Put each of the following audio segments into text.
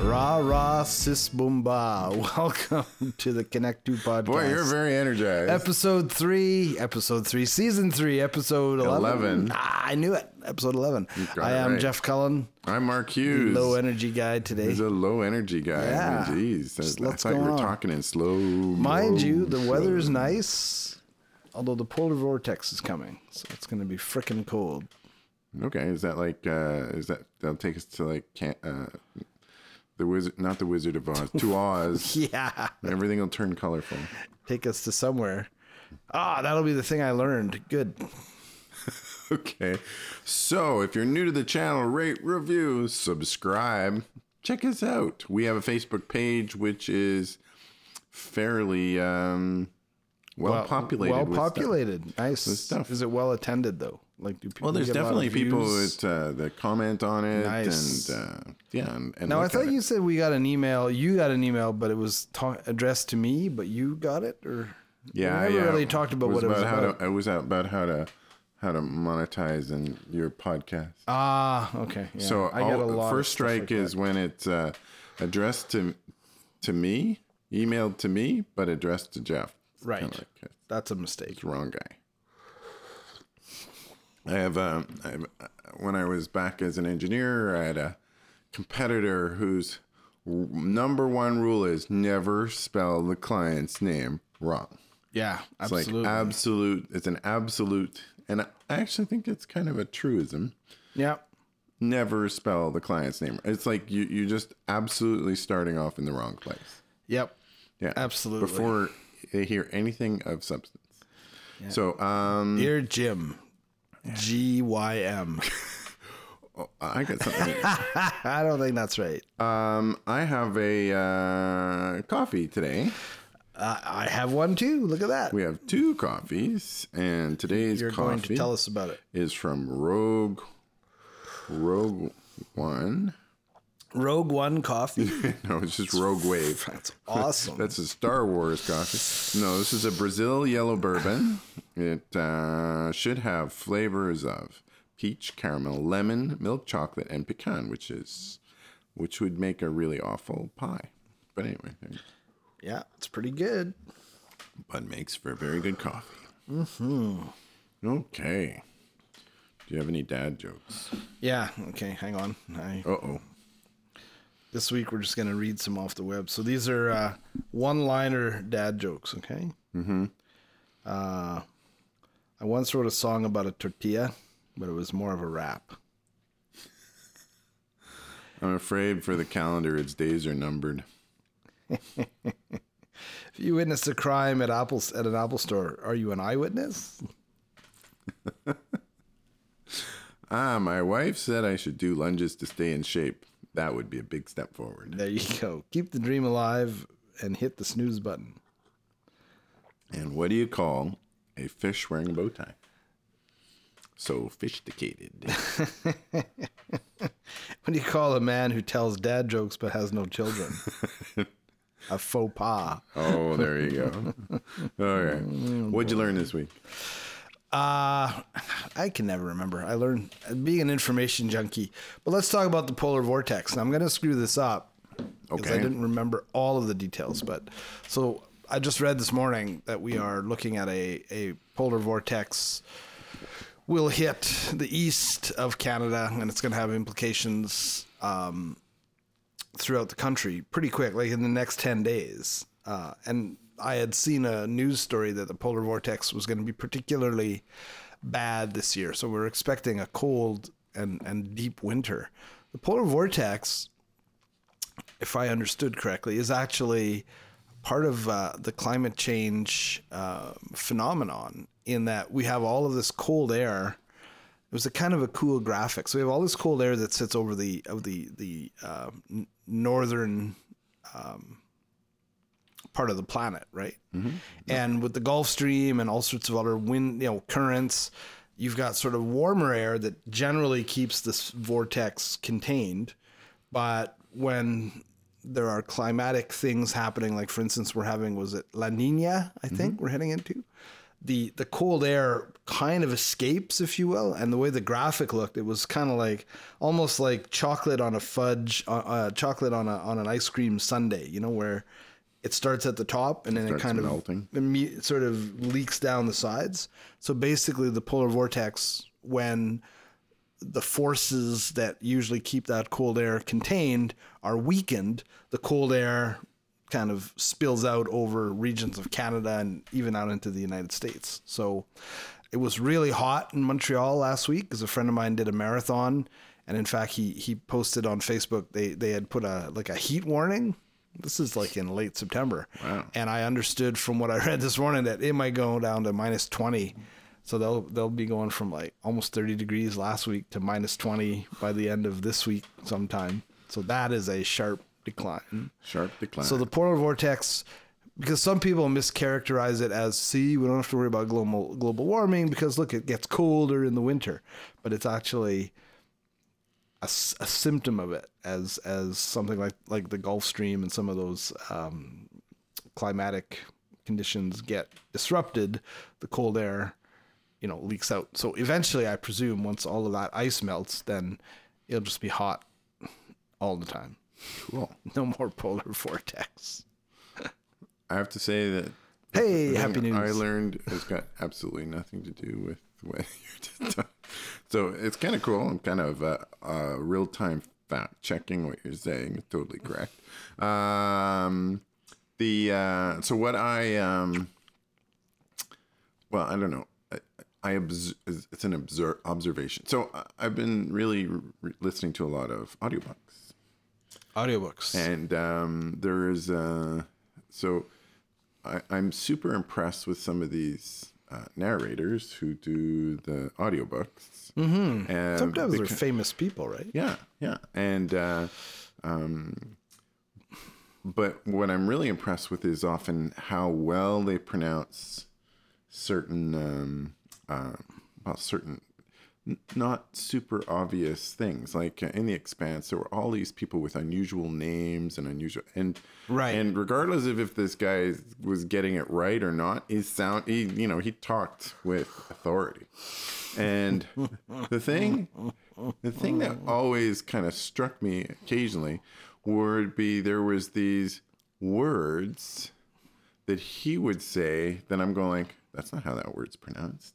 Rah rah sis boom bah. Welcome to the Connect Two podcast. Boy, you're very energized. episode three, episode three, season three, episode eleven. 11. Ah, I knew it. Episode eleven. got I it am right. Jeff Cullen, I'm Mark Hughes. low energy guy today. He's a low energy guy. Yeah. Jeez, that's, lots that's how you going were on. talking in slow. Mind you, the motion. weather is nice, although the polar vortex is coming, so it's going to be frickin' cold. Okay, is that like? uh Is that that'll take us to like? Can, uh, the wizard, not the Wizard of Oz, to Oz. Yeah, Everything will turn colorful. take us to somewhere. Ah, that'll be the thing I learned. Good. Okay, so if you're new to the channel, rate, review, subscribe. Check us out. We have a Facebook page which is fairly um, well, populated. Well with stuff. populated. Nice. stuff. Is it well attended though? Like do people? Well, there's get a lot of definitely people views? that, uh, that comment on it, Nice. and uh, yeah, and, and Now I look at thought it. you said we got an email. You got an email, but it was ta- addressed to me. But you got it, or yeah, we never yeah, really talked about was what it was how about. To, it was about how to how to monetize in your podcast. Ah, okay. yeah. so I got a all- lot. of first stuff strike like that. is when it's uh, addressed to to me, emailed to me, but addressed to Jeff. It's Right. kinda like, uh, that's a mistake. the wrong guy. I have um, I have, uh, when I was back as an engineer, I had a competitor whose w- number one rule is never spell the client's name wrong. Yeah, It's like ah. absolutely. absolute. It's an absolute, and I actually think it's kind of a truism. yeah, Never spell the client's name. It's like you you just absolutely starting off in the wrong place. yep. Yeah, Absolutely. Before they hear anything of substance. So, um, Dear Jim, G Y M. I got something. I don't think that's right. Um, I have a uh, coffee today. Uh, I have one too. Look at that. We have two coffees, and today's You're coffee going to tell us about it. is from Rogue Rogue One. Rogue One Coffee. No, it's just Rogue Wave. That's awesome. That's a Star Wars coffee. No, this is a Brazil yellow bourbon. It uh, should have flavors of peach, caramel, lemon, milk chocolate, and pecan, which is which would make a really awful pie. But anyway, there you go. yeah, it's pretty good. but makes for a very good coffee. Mm-hmm. Okay. Do you have any dad jokes? Yeah. Okay. Hang on. I, Uh oh. this week we're just gonna read some off the web. So these are uh, one-liner dad jokes. Okay. Mm-hmm. Uh, I once wrote a song about a tortilla, but it was more of a rap. I'm afraid for the calendar, its days are numbered. If you witnessed a crime at Apple at an Apple store, are you an eyewitness? Ah, my wife said I should do lunges to stay in shape. That would be a big step forward. There you go. Keep the dream alive and hit the snooze button. And what do you call a fish wearing a bow tie? Sophisticated. What do you call a man who tells dad jokes but has no children? a faux pas. oh, there you go. Okay. What'd you learn this week? Uh, I can never remember. I learned being an information junkie. But let's talk about the polar vortex. And I'm going to screw this up because I Okay. didn't remember all of the details. But so I just read this morning that we are looking at a, a polar vortex will hit the east of Canada and it's going to have implications um, throughout the country pretty quick, like in the next 10 days. Uh, and I had seen a news story that the polar vortex was going to be particularly bad this year. So we're expecting a cold and, and deep winter. The polar vortex, if I understood correctly, is actually part of uh, the climate change uh, phenomenon in that we have all of this cold air. It was a kind of a cool graphic. So we have all this cold air that sits over the of the the uh, n- northern part of the planet, right? And with the Gulf Stream and all sorts of other wind, you know, currents, you've got sort of warmer air that generally keeps this vortex contained. But when there are climatic things happening, like for instance, we're having was it La Nina? I think we're heading into the the cold air kind of escapes, if you will. And the way the graphic looked, it was kind of like almost like chocolate on a fudge, uh, uh, chocolate on a on an ice cream sundae. You know where it starts at the top and then it Starts kind melting. of imme- sort of leaks down the sides. So basically, the polar vortex when the forces that usually keep that cold air contained are weakened, the cold air kind of spills out over regions of Canada and even out into the United States. So it was really hot in Montreal last week because a friend of mine did a marathon. And in fact, he, he posted on Facebook, they, they had put a, like a heat warning. This is like in late September. Wow. And I understood from what I read this morning that it might go down to minus 20. So they'll they'll be going from like almost 30 degrees last week to minus 20 by the end of this week sometime. So that is a sharp decline. Sharp decline. So the polar vortex, because some people mischaracterize it as, see, we don't have to worry about global global warming because look, it gets colder in the winter, but it's actually a, s- a symptom of it, as as something like like the Gulf Stream and some of those um, climatic conditions get disrupted, the cold air, you know, leaks out. So eventually, I presume once all of that ice melts, then it'll just be hot all the time. cool. No more polar vortex. I have to say that Hey, the happy thing news. I learned has got absolutely nothing to do with what you just done. So it's kind of cool. I'm kind of uh, uh, real time fact checking what you're saying. It's totally correct. Um, the uh, so what I um, well, I don't know. I, I obs- it's an obser- observation. So I- I've been really re- listening to a lot of audiobooks. Audiobooks. And um, there is uh, so I, I'm super impressed with some of these uh, narrators who do the audiobooks. Mm-hmm. And Sometimes they're beca- famous people, right? yeah, yeah, and uh, um, but what I'm really impressed with is often how well they pronounce certain um, uh, well, certain n- not super obvious things like uh, in the expanse there were all these people with unusual names and unusual and Right. and regardless of if this guy is- was getting it right or not his sound he you know he talked with authority and the thing the thing that always kind of struck me occasionally would be there was these words that he would say that I'm going like, that's not how that word's pronounced.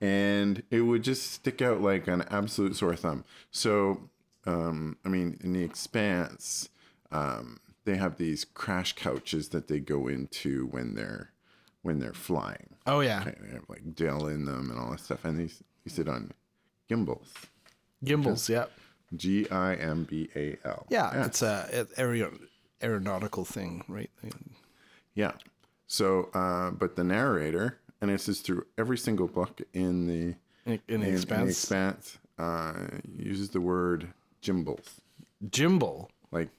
And it would just stick out like an absolute sore thumb. So, um, I mean, in the expanse, um, they have these crash couches that they go into when they're when they're flying. Oh yeah, Right? They have like gel in them and all that stuff. And they, they sit on gimbals, gimbals. Yeah. G I M B A L. yeah, It's uh, a it, aer- aeronautical thing, right? Yeah. So, uh, but the narrator, and this is through every single book in the In, in the in- in the expanse, expanse, uh, uses the word gimbals, gimbal. like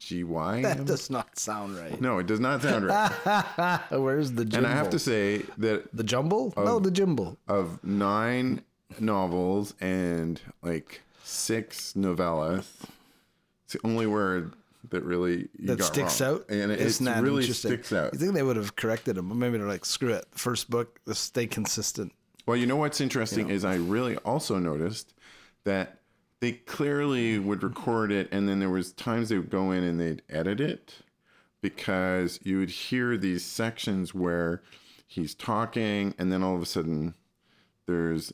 G Y. That does not sound right. No, it does not sound right. Where's the gimbal? and I have to Oh, say that the jumble? no, the gimbal. of nine novels and like six novellas, it's the only word that really you That got sticks wrong. out. and it Isn't it's that really interesting? sticks out. You think they would have corrected him? Maybe they're like, screw it. First book, let's stay consistent. Well, you know what's interesting is I really also noticed that they clearly would record it, and then there was times they would go in and they'd edit it because you would hear these sections where he's talking, and then all of a sudden there's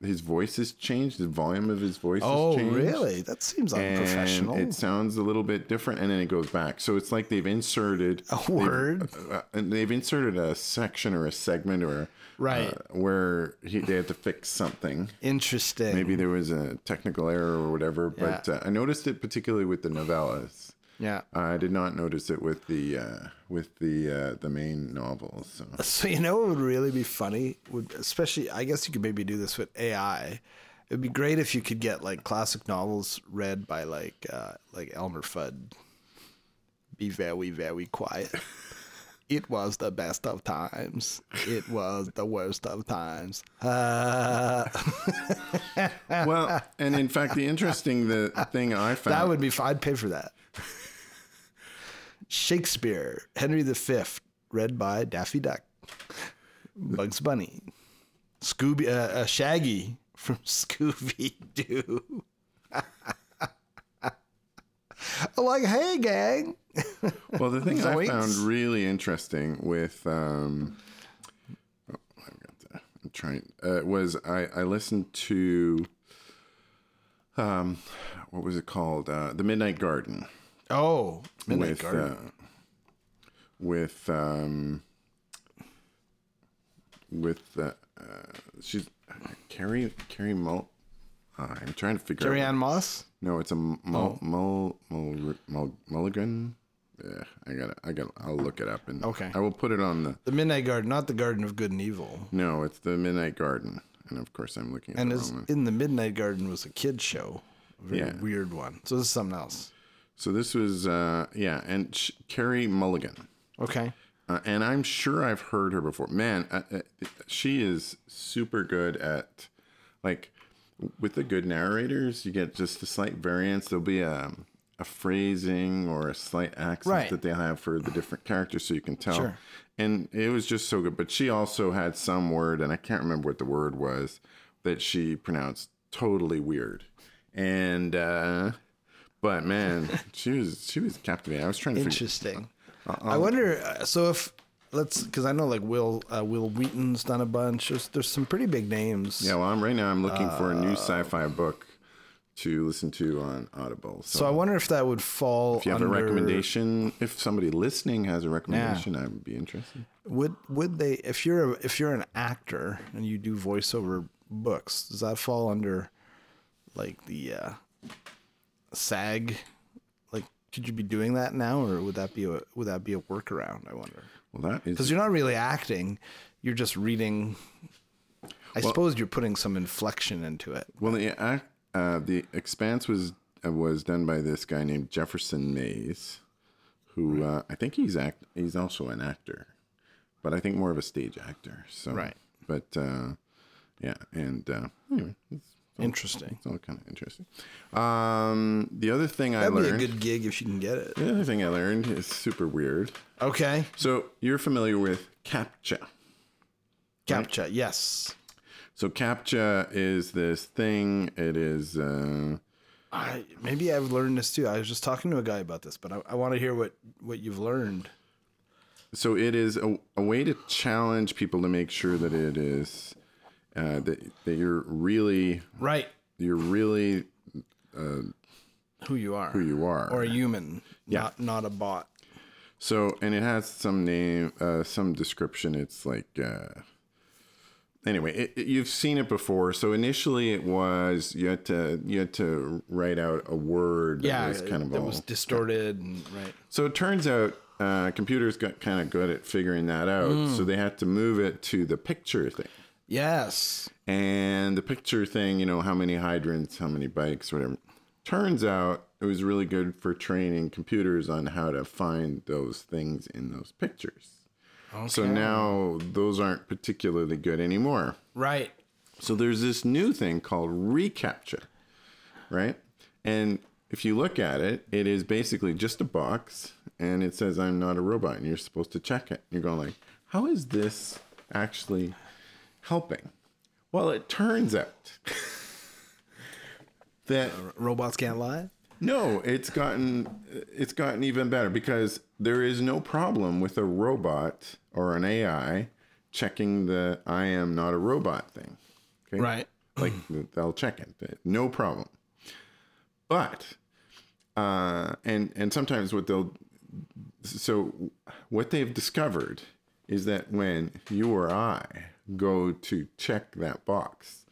his voice has changed, the volume of his voice Oh, has changed. really? That seems unprofessional. And it sounds a little bit different, and then it goes back. So it's like they've inserted A word. uh, and they've inserted a section or a segment or Right. uh, where he, they had to fix something. Interesting. Maybe there was a technical error or whatever, but uh, I noticed it particularly with the novellas. Yeah. I did not notice it with the uh, with the uh, the main novels. So. So you know what would really be funny? Would especially I guess you could maybe do this with AI. It'd be great if you could get like classic novels read by like uh, like Elmer Fudd. Be very very quiet. It was the best of times. It was the worst of times. Uh, Well, and in fact, the interesting the thing I found that would be. Fun. I'd pay for that. Shakespeare, Henry V, read by Daffy Duck. Bugs Bunny, Scooby, uh, uh, Shaggy from Scooby Doo. like, hey, gang. Well, the thing I Zoinks. found really interesting with um, oh, I've got that. I'm trying uh, was I I listened to um, what was it called? Uh, the Midnight Garden Oh, Midnight with Garden. Uh, with um, with uh, uh, she's Carrie Carrie Mul. Uh, I'm trying to figure out. Carrie Ann Moss. No, it's a mul Oh. mul mul, mul, mul mulligan. Yeah, I gotta, I gotta, I'll look it up and Okay. I will put it on the. The Midnight Garden, not the Garden of Good and Evil. No, it's the Midnight Garden, and of course I'm looking at And the is wrong one. in the Midnight Garden was a kid show, a very Oh, Yeah. weird one. So this is something else. So this was, uh, yeah, and sh- Carrie Mulligan, Okay. uh, and I'm sure I've heard her before. Man, uh, uh, she is super good at, like, with the good narrators, you get just a slight variance. There'll be a a phrasing or a slight accent Right. that they have for the different characters, so you can tell. Sure. And it was just so good. But she also had some word, and I can't remember what the word was, that she pronounced totally weird. And uh, but man, she was she was captivating. I was trying to figure. Interesting. Uh-uh. I wonder. uh, So if let's, because I know like Will uh, Will Wheaton's done a bunch. There's, there's some pretty big names. Yeah, well, I'm right now. I'm looking for a Uh, new sci-fi book to listen to on Audible. So, So I wonder if that would fall. if you have under, a recommendation, if somebody listening has a recommendation, I would be interested. would would they? If you're a, if you're an actor and you do voiceover books, does that fall under like the uh, SAG? Like, could you be doing that now, or would that be a would that be a workaround? I wonder. Well, that Because is. you're not really acting; you're just reading. I suppose you're putting some inflection into it. Well, the ac- uh, the Expanse was uh, was done by this guy named Jefferson Mays, who uh, I think he's act he's also an actor, but I think more of a stage actor. So Right. but uh, yeah, and uh, anyway, it's, Interesting. it's all kind of interesting. Um, the other thing I That'd learned. be a good gig if you can get it. The other thing I learned is super weird. Okay. So you're familiar with CAPTCHA. CAPTCHA, yes. So CAPTCHA is this thing. It is uh, I, maybe I've learned this too. I was just talking to a guy about this, but I, I want to hear what, what you've learned. so it is a, a way to challenge people to make sure that it is uh, that that you're really Right. you're really Who you are. who you are. Or a human, not, not a bot. So, and it has some name, uh, some description. It's like, uh, anyway, it, it- you've seen it before. So initially, it was you had to you had to write out a word Yeah. that was kind of that all. was distorted. And, right. so it turns out uh, computers got kind of good at figuring that out. So they had to move it to the picture thing. Yes. And the picture thing, you know, how many hydrants, how many bikes, whatever. Turns out it was really good for training computers on how to find those things in those pictures. So now those aren't particularly good anymore. Right. So there's this new thing called reCAPTCHA, right? And if you look at it, it is basically just a box and it says, I'm not a robot, and you're supposed to check it. You're going like, how is this actually helping? Well, it turns out that Robots can't lie. no, it's gotten it's gotten even better because there is no problem with a robot or an AI checking the I am not a robot thing. Okay? Right. Like they'll check it. No problem. But uh and and sometimes what they'll so what they've discovered is that when you or I go to check that box,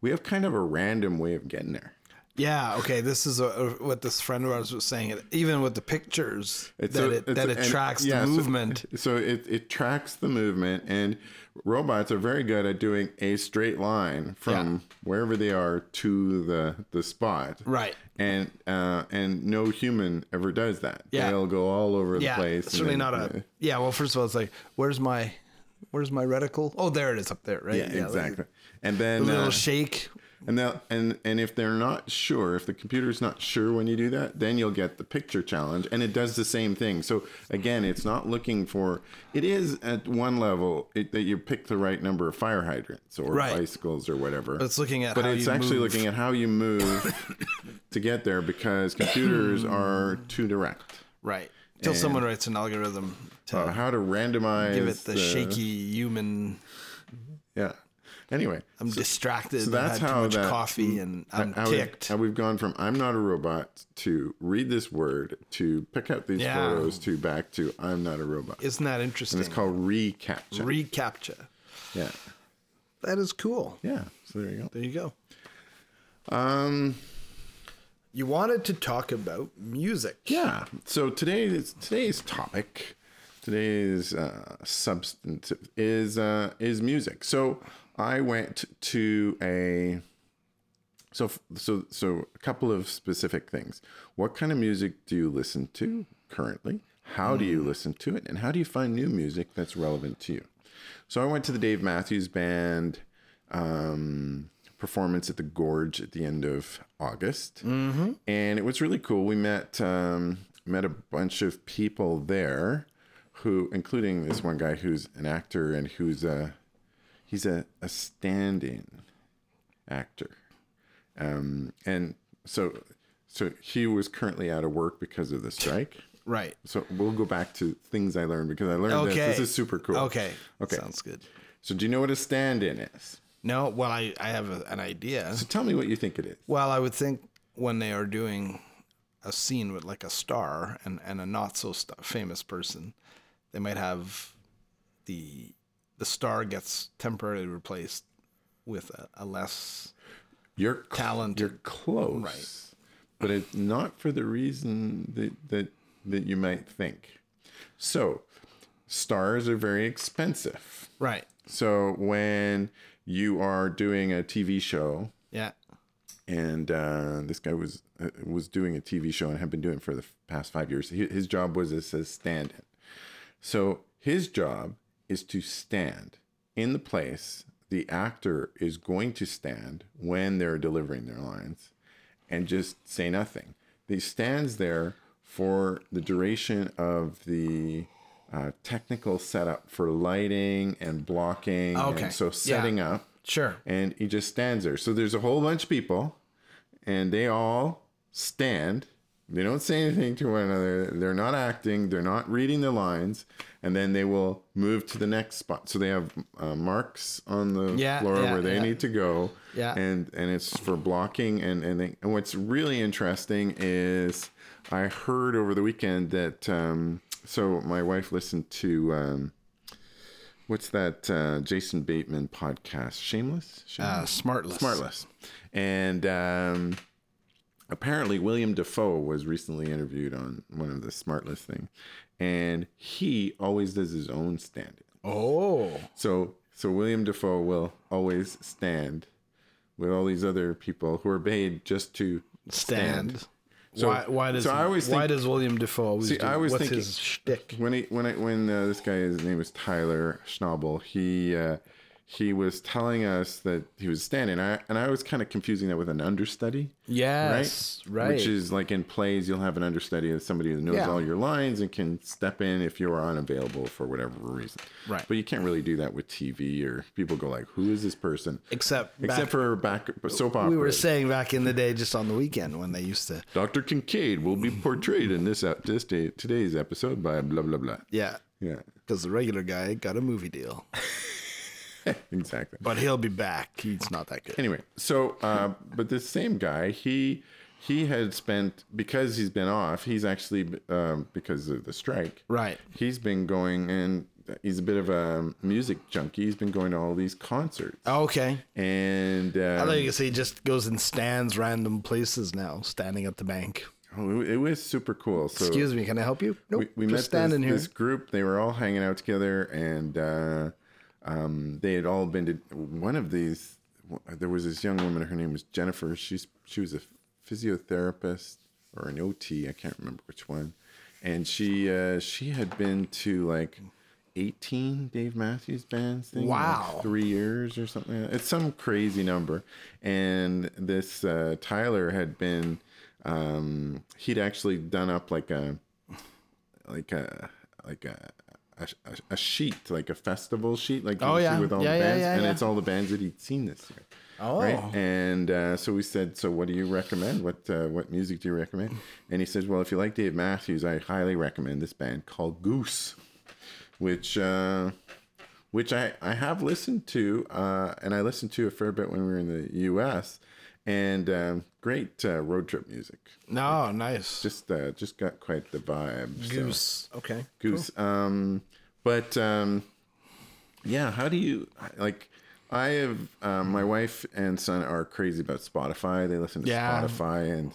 we have kind of a random way of getting there. Yeah. Okay. This is a, a, what this friend of ours was saying. Even with the pictures, that a- it that a- it and- tracks yeah, the so- movement. So, it, it tracks the movement, and robots are very good at doing a straight line from wherever they are to the the spot. Right. And uh, and no human ever does that. Yeah. They'll go all over yeah, the place. it's and Certainly then- not a. Yeah. Well, first of all, it's like, where's my, where's my reticle? Oh, there it is up there, right? Yeah, like exactly. And then A little uh, shake. And that and and if they're not sure, if the computer's not sure when you do that, then you'll get the picture challenge, and it does the same thing. So again, it's not looking for. It is at one level it, that you pick the right number of fire hydrants or Right. bicycles or whatever. It's looking at but how it's you actually move. looking at how you move to get there because computers are too direct. Right. Till someone writes an algorithm to Uh, how to randomize give it the, shaky human. Yeah. Anyway, I'm distracted. so that's that's had how too much that- coffee and I'm how, we- ticked. how we've gone from I'm not a robot to read this word to pick out these Yeah. photos to back to I'm not a robot. Isn't that interesting? It's called recaptcha. Recaptcha. yeah. That is cool. Yeah. So there you There you go. go. Um You wanted to talk about music. yeah. So today's today's topic, today's uh substantive is uh is music. So I went to a So, f- so, so a couple of specific things. What kind of music do you listen to currently? How do you listen to it? And how do you find new music that's relevant to you? So, I went to the Dave Matthews Band um, performance at the Gorge at the end of August, mm-hmm. and it was really cool. We met um, met a bunch of people there, who, including this one guy who's an actor and who's a he's a, a stand-in actor um, and so so he was currently out of work because of the strike. Right. So we'll go back to things I learned because I learned Okay. this. This is super cool. Okay. Okay. Sounds good. So do you know what a stand-in is? No, well, I, I have a, an idea. So tell me what you think it is. Well, I would think when they are doing a scene with like a star and, and a not so st- famous person, they might have the the star gets temporarily replaced with a, a less You're cl- Talented. You're close. But it's not for the reason that that that you might think. So stars are very expensive. right. So when you are doing a TV show Yeah. and uh, this guy was uh, was doing a TV show and had been doing it for the past five years. He, his job was as a stand-in, so his job is to stand in the place the actor is going to stand when they're delivering their lines, and just say nothing. He stands there for the duration of the. Uh, technical setup for lighting and blocking, Okay. and so Yeah. setting up Sure. and he just stands there. So there's a whole bunch of people, and they all stand. They don't say anything to one another. They're not acting. They're not reading the lines, and then they will move to the next spot. So they have uh, marks on the Yeah, floor yeah, where they yeah. need to go. Yeah. and and it's for blocking. And and, they, and what's really interesting is I heard over the weekend that um, so my wife listened to. Um, What's that uh, Jason Bateman podcast? Shameless? Uh, Shameless? smartless. Smartless. And um, apparently, William Defoe was recently interviewed on one of the Smartless thing, and he always does his own stand. Oh. So, so William Defoe will always stand with all these other people who are paid just to Stand. stand. So- why, why does so I always why think- does William Defoe always See, do, I always what's think- his shtick? when he when I when uh, this guy his name was Tyler Schnabel he uh, he was telling us that he was standing I, and I was kind of confusing that with an understudy Yes. Right. which is like in plays you'll have an understudy of somebody who knows Yeah. all your lines and can step in if you're unavailable for whatever reason Right. but you can't really do that with TV or people go like who is this person except back, except for back soap opera we were saying back in the day, just on the weekend when they used to. Dr Kincaid will be portrayed in this ep- this day, today's episode by blah blah blah Yeah. yeah Because the regular guy got a movie deal. exactly But he'll be back. He's not that good. anyway so uh, but this same guy he he had spent because he's been off he's actually um, because of the strike Right. he's been going and he's a bit of a music junkie he's been going to all these concerts Okay. and I uh, thought you could say he just goes and stands random places now, standing at the bank. oh, it was super cool so Excuse me, can I help you? Nope. we, we just met standing this, here. this group they were all hanging out together and uh, um, they had all been to one of these there was this young woman her name was jennifer she's she was a physiotherapist or an ot i can't remember which one and she uh, she had been to like 18 Dave Matthews Band thing. in, Wow. Like three years or something. like that. It's some crazy number. And this uh, Tyler had been, um, he'd actually done up like a, like a, like a, a, a sheet, like a festival sheet, like you Oh, see yeah. with all Yeah, the yeah, bands, yeah, and yeah. it's all the bands that he'd seen this year. Oh. Right? And uh, so we said, so what do you recommend? What uh, what music do you recommend? And he says, well, if you like Dave Matthews, I highly recommend this band called Goose, which uh, which I I have listened to, uh, and I listened to a fair bit when we were in the U.S. And um, great uh, road trip music. No, nice. Just uh, just got quite the vibe. so- Goose. Okay. Goose. Um, but um, yeah, how do you like? I have um, my wife and son are crazy about Spotify. They listen to Yeah. Spotify, and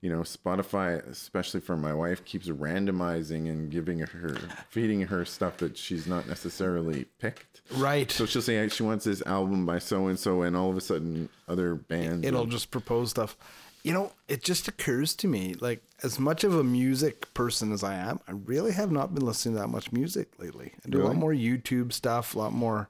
you know, Spotify, especially for my wife, keeps randomizing and giving her, feeding her stuff that she's not necessarily picked. Right. So she'll say she wants this album by so and so, and all of a sudden, other bands. It'll and- just propose stuff. You know, it just occurs to me, like as much of a music person as I am, I really have not been listening to that much music lately. I do a lot Really? more YouTube stuff, a lot more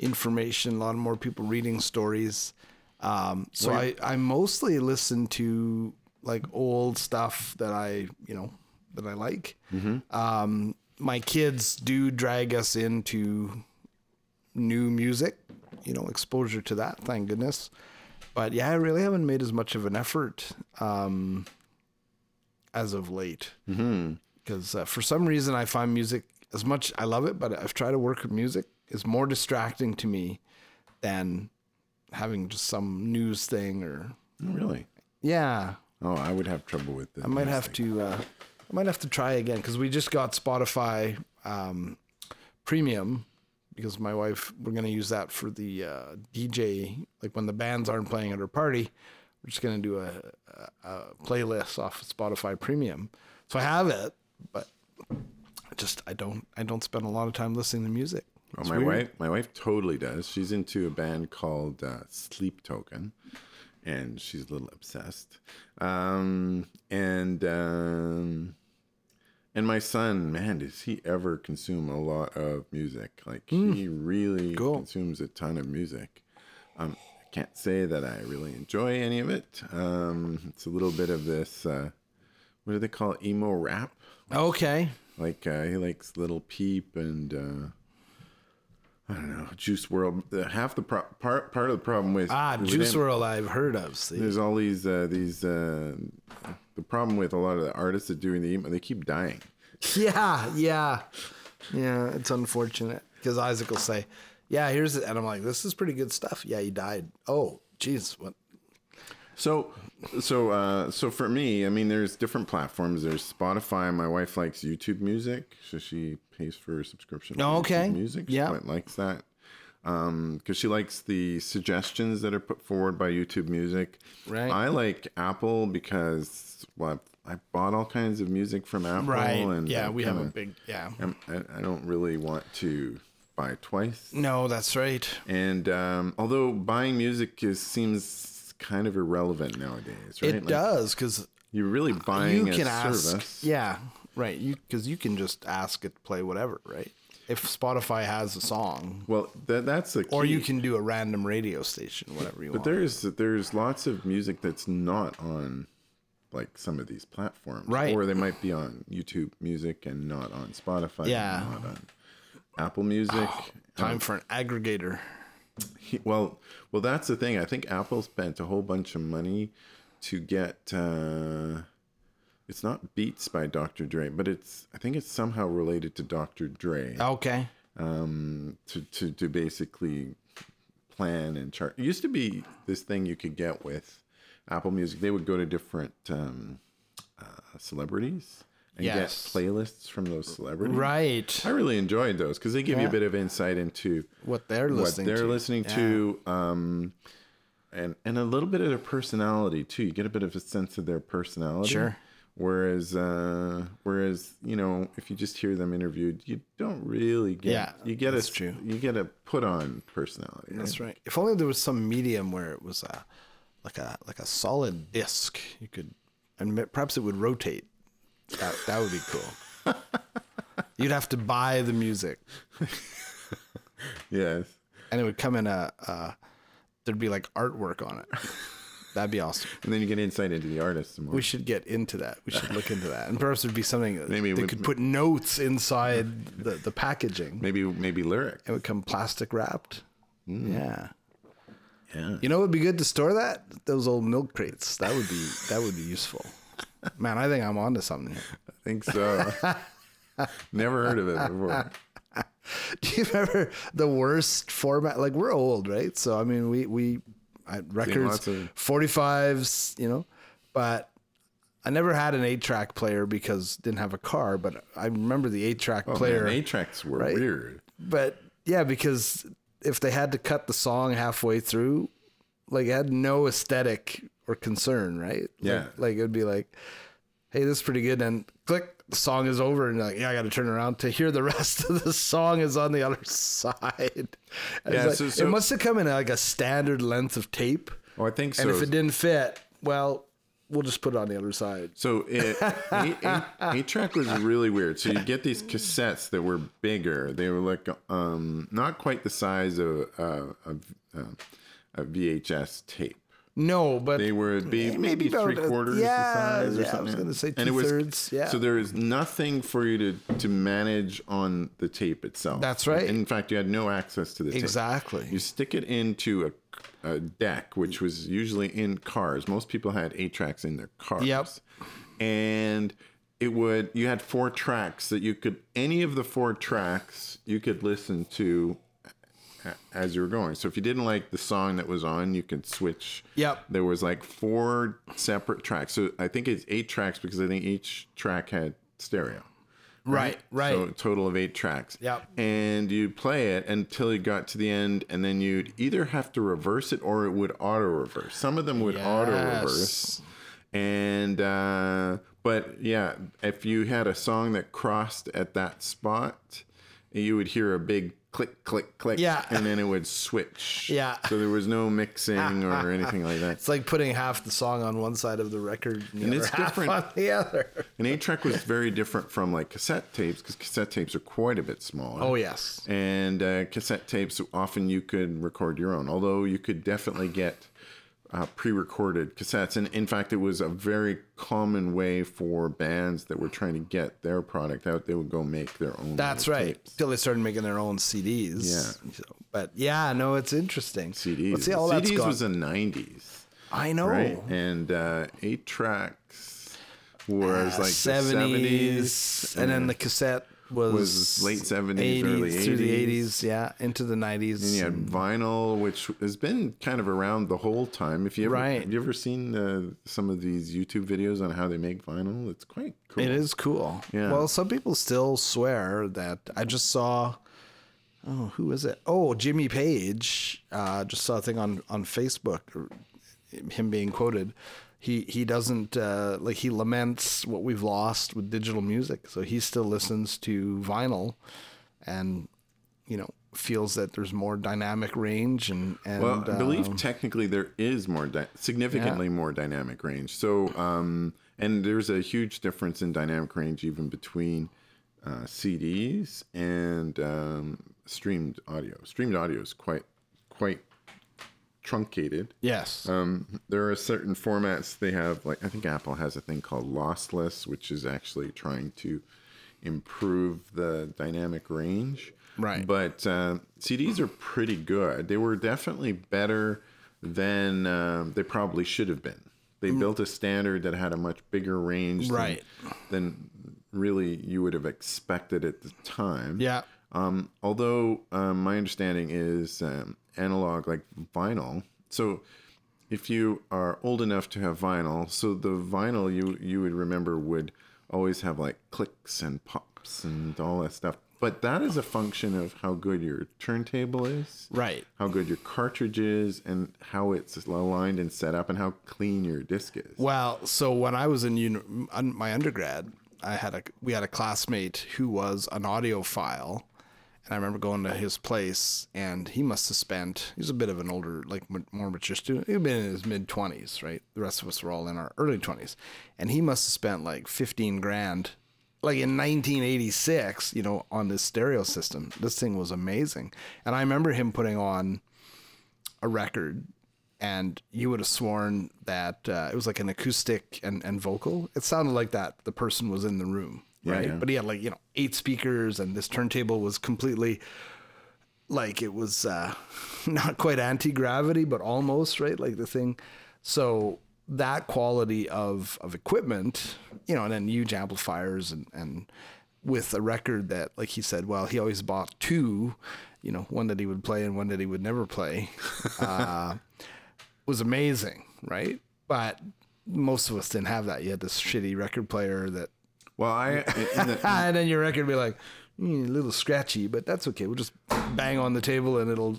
information, a lot more people reading stories. Um, so I, I mostly listen to like old stuff that I, you know, that I like. Mm-hmm. Um, my kids do drag us into new music, you know, exposure to that, thank goodness. But yeah, I really haven't made as much of an effort um, as of late. Because uh, for some reason, I find music, as much I love it, but I've tried to work with music, is more distracting to me than having just some news thing or. really. Yeah, Oh, I would have trouble with this. I might have to. Uh, I might have to try again because we just got Spotify um, Premium because my wife we're going to use that for the uh, DJ like when the bands aren't playing at her party. We're just going to do a, a, a playlist off of Spotify Premium. So I have it, but I just I don't I don't spend a lot of time listening to music. Well, It's Oh, my weird. wife, my wife totally does. She's into a band called uh, Sleep Token, and she's a little obsessed. Um, and um, and my son, man, does he ever consume a lot of music? Like he really Mm. Cool. consumes a ton of music. Um, I can't say that I really enjoy any of it. Um, it's a little bit of this. Uh, what do they call it? emo rap? Okay. Like uh, he likes Little Peep and uh, I don't know Juice World. The, half the pro- part part of the problem with Ah, with Juice him, World I've heard of. See. There's all these uh, these uh, the problem with a lot of the artists that doing the emo. They keep dying. Yeah, yeah, yeah. It's unfortunate because Isaac will say, "Yeah, here's it," and I'm like, "This is pretty good stuff." Yeah, he died. Oh, jeez, what? So, so, uh, so for me, I mean, there's different platforms. There's Spotify. My wife likes YouTube Music, so she pays for a subscription. Oh, to okay. YouTube music. She Yeah. quite likes that because she likes the suggestions that are put forward by YouTube Music. Right. I like Apple because well, I I bought all kinds of music from Apple. Oh, And yeah, I we have a kinda- big. Yeah. I'm- I, I don't really want to buy twice. No, that's right. And um, although buying music is seems kind of irrelevant nowadays, right? It does because You're really buying Uh, you a can ask. service. Yeah, right. You because you can just ask it to play whatever, right? If Spotify has a song, Well, that, that's the key. or you can do a random radio station, whatever you want. There's there's lots of music that's not on like some of these platforms, Right. Or they might be on YouTube Music and not on Spotify. and Yeah. Oh, Not on Apple Music. Time for an aggregator. Well, well, that's the thing. I think Apple spent a whole bunch of money to get. Uh, it's not Beats by Dr. Dre, but it's. I think it's somehow related to Dr. Dre. Okay. um, to, to, to basically plan and chart. It used to be this thing you could get with Apple Music. They would go to different um, uh, celebrities and Yes. get playlists from those celebrities. Right. I really enjoyed those because they give you Yeah. a bit of insight into What they're listening. what they're to. listening to, um, and and a little bit of their personality too. You get a bit of a sense of their personality. Sure. Whereas, uh, whereas you know, if you just hear them interviewed, you don't really get. Yeah, you get that's a true. you get a put on personality. right? That's right. If only there was some medium where it was a like a like a solid disc you could, and ma- perhaps it would rotate. That that would be cool. You'd have to buy the music, Yes. and it would come in a. Uh, there'd be like artwork on it. That'd be awesome. And then you get insight into the artist some more. We should get into that. We should look into that, and perhaps there'd be something that Maybe they we- could put notes inside the, the packaging. maybe maybe lyric. It would come plastic wrapped. Mm. Yeah. Yeah. You know, it would be good to store that those old milk crates. That would be that would be useful. Man, I think I'm onto something. here. I think so. Never heard of it before. Do you remember the worst format? Like we're old, right? So I mean, we we I, records lots of- 45s, you know, but I never had an eight track player because didn't have a car. But I remember the eight track player. Oh, Man, eight tracks were Right. weird. but yeah, because if they had to cut the song halfway through, like it had no aesthetic or concern, right? Like- Yeah. Like, it would be like, hey, this is pretty good. And click, the song is over. And you're like, yeah, I got to turn around to hear the rest of the song is on the other side. And Yeah, it's like- so- so- it must have come in like a standard length of tape. Oh, I think so. And if it didn't fit, well, we'll just put it on the other side. So it, eight, eight, eight track was really weird. So you get these cassettes that were bigger. They were like um, not quite the size of uh, of, uh, a VHS tape. No, but They were be, maybe, about three a- quarters yeah, the size or yeah, I something. was gonna say And it was- two-thirds, yeah. So there is nothing for you to to manage on the tape itself. That's right. In fact, you had no access to the tape. exactly. You stick it into a, a deck, which was usually in cars. Most people had eight tracks in their cars. Yep. And it would, you had four tracks that you could, any of the four tracks you could listen to a- as you were going. So if you didn't like the song that was on, you could switch. Yep. There was like four separate tracks. So I think it's eight tracks because I think each track had stereo. Right, right. So total of eight tracks. Yep. And you'd play it until you got to the end, and then you'd either have to reverse it or it would auto reverse. Some of them would auto reverse. And uh, but yeah, if you had a song that crossed at that spot, you would hear a big click, click, click. Yeah. And then it would switch. Yeah. So there was no mixing or anything like that. It's like putting half the song on one side of the record and, the And other it's half different. on the other. An eight track was very different from like cassette tapes because cassette tapes are quite a bit smaller. Oh yes. and uh, cassette tapes often you could record your own although you could definitely get uh, pre-recorded cassettes and in fact it was a very common way for bands that were trying to get their product out they would go make their own That's little right. tapes. Till they started making their own CDs. Yeah. So, but yeah, no, it's interesting. cds Let's see how all cds that's gone. Oh. was the 90s I know. right and uh, eight tracks was Uh, like 70s, the 70s and then the cassette was, was late 70s, early through the 80s. 80s, yeah, into the 90s. you had vinyl, which has been kind of around the whole time. If you ever, Right. have you ever seen uh, some of these YouTube videos on how they make vinyl? It's quite cool. It is cool. Yeah. Well, some people still swear that I just saw. Oh, who is it? Oh, Jimmy Page. Uh, just saw a thing on on Facebook, or him being quoted. He he doesn't uh, like he laments what we've lost with digital music. So he still listens to vinyl, and you know feels that there's more dynamic range and and Well, I uh, believe technically there is more di- significantly more dynamic range. So, um, and there's a huge difference in dynamic range even between uh, CDs and um, streamed audio. Streamed audio is quite quite truncated. yes, Um, there are certain formats they have, like I think Apple has a thing called lossless, which is actually trying to improve the dynamic range. Right. But uh, CDs are pretty good. They were definitely better than um, they probably should have been. They built a standard that had a much bigger range than- Mm. Right. than, really you would have expected at the time. yeah, Um, although um, my understanding is um, analog, like vinyl. So if you are old enough to have vinyl, so the vinyl you you would remember would always have like clicks and pops and all that stuff. But that is a function of how good your turntable is, right. how good your cartridge is, and how it's aligned and set up, and how clean your disc is. Well, so when I was in uni- un- my undergrad, I had a we had a classmate who was an audiophile, and I remember going to his place, and he must have spent. He was a bit of an older, like m- more mature student. He'd been in his mid twenties, right? The rest of us were all in our early twenties, and he must have spent like fifteen grand like in 1986, you know, on this stereo system. This thing was amazing. And I remember him putting on a record, and you would have sworn that uh, it was like an acoustic and, and vocal. It sounded like that the person was in the room, right? yeah. But he had like, you know, eight speakers, and this turntable was completely like it was uh, not quite anti gravity, but almost right, like the thing. So that quality of of equipment, you know, and then huge amplifiers and and with a record that, like he said, well, he always bought two, you know, one that he would play and one that he would never play, uh, was amazing, right? But most of us didn't have that. You had this shitty record player that, ah, Well, I in the, and then your record would be like, "Hmm, a little scratchy, but that's okay. We'll just bang on the table and it'll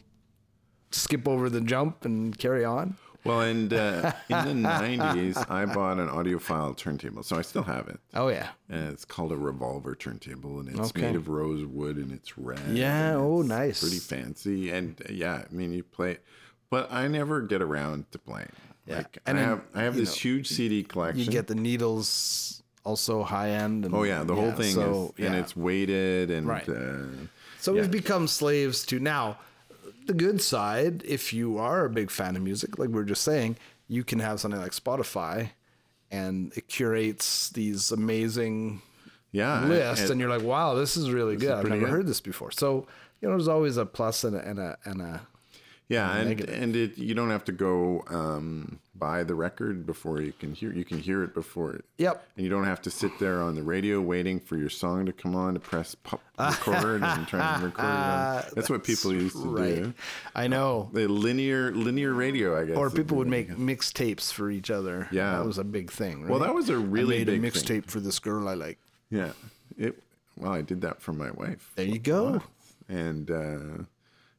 skip over the jump and carry on. well, and uh, in the '90s, I bought an audiophile turntable, so I still have it. Oh yeah, And Uh, it's called a revolver turntable, and it's Okay. made of rosewood, and it's red. Yeah, and oh, it's nice. Pretty fancy, and uh, yeah, I mean, you play, it, but I never get around to playing. Yeah, Like, and I then, have I have this huge CD collection. you get the needles also high end. And, oh yeah, the whole thing, So is, yeah. and it's weighted, and Right. uh, So we've become slaves to now the good side. If you are a big fan of music, like we were just saying, you can have something like Spotify and it curates these amazing yeah, and- lists. and- And, you're like, wow, this is really good. I've pretty never good. heard this before. So, you know, there's always a plus and a, and a, and a Yeah, and and it you don't have to go um, buy the record before you can hear you can hear it before it. Yep. And you don't have to sit there on the radio waiting for your song to come on to press pop record and try and record. It on. That's, what people used to right. do. I know. The linear linear radio, I guess. Or is people would the- make mixtapes for each other. Yeah. That was a big thing. Right? Well, that was a really I made big a thing. mixtape for this girl I like. Yeah. It. Well, I did that for my wife. There you go. and uh,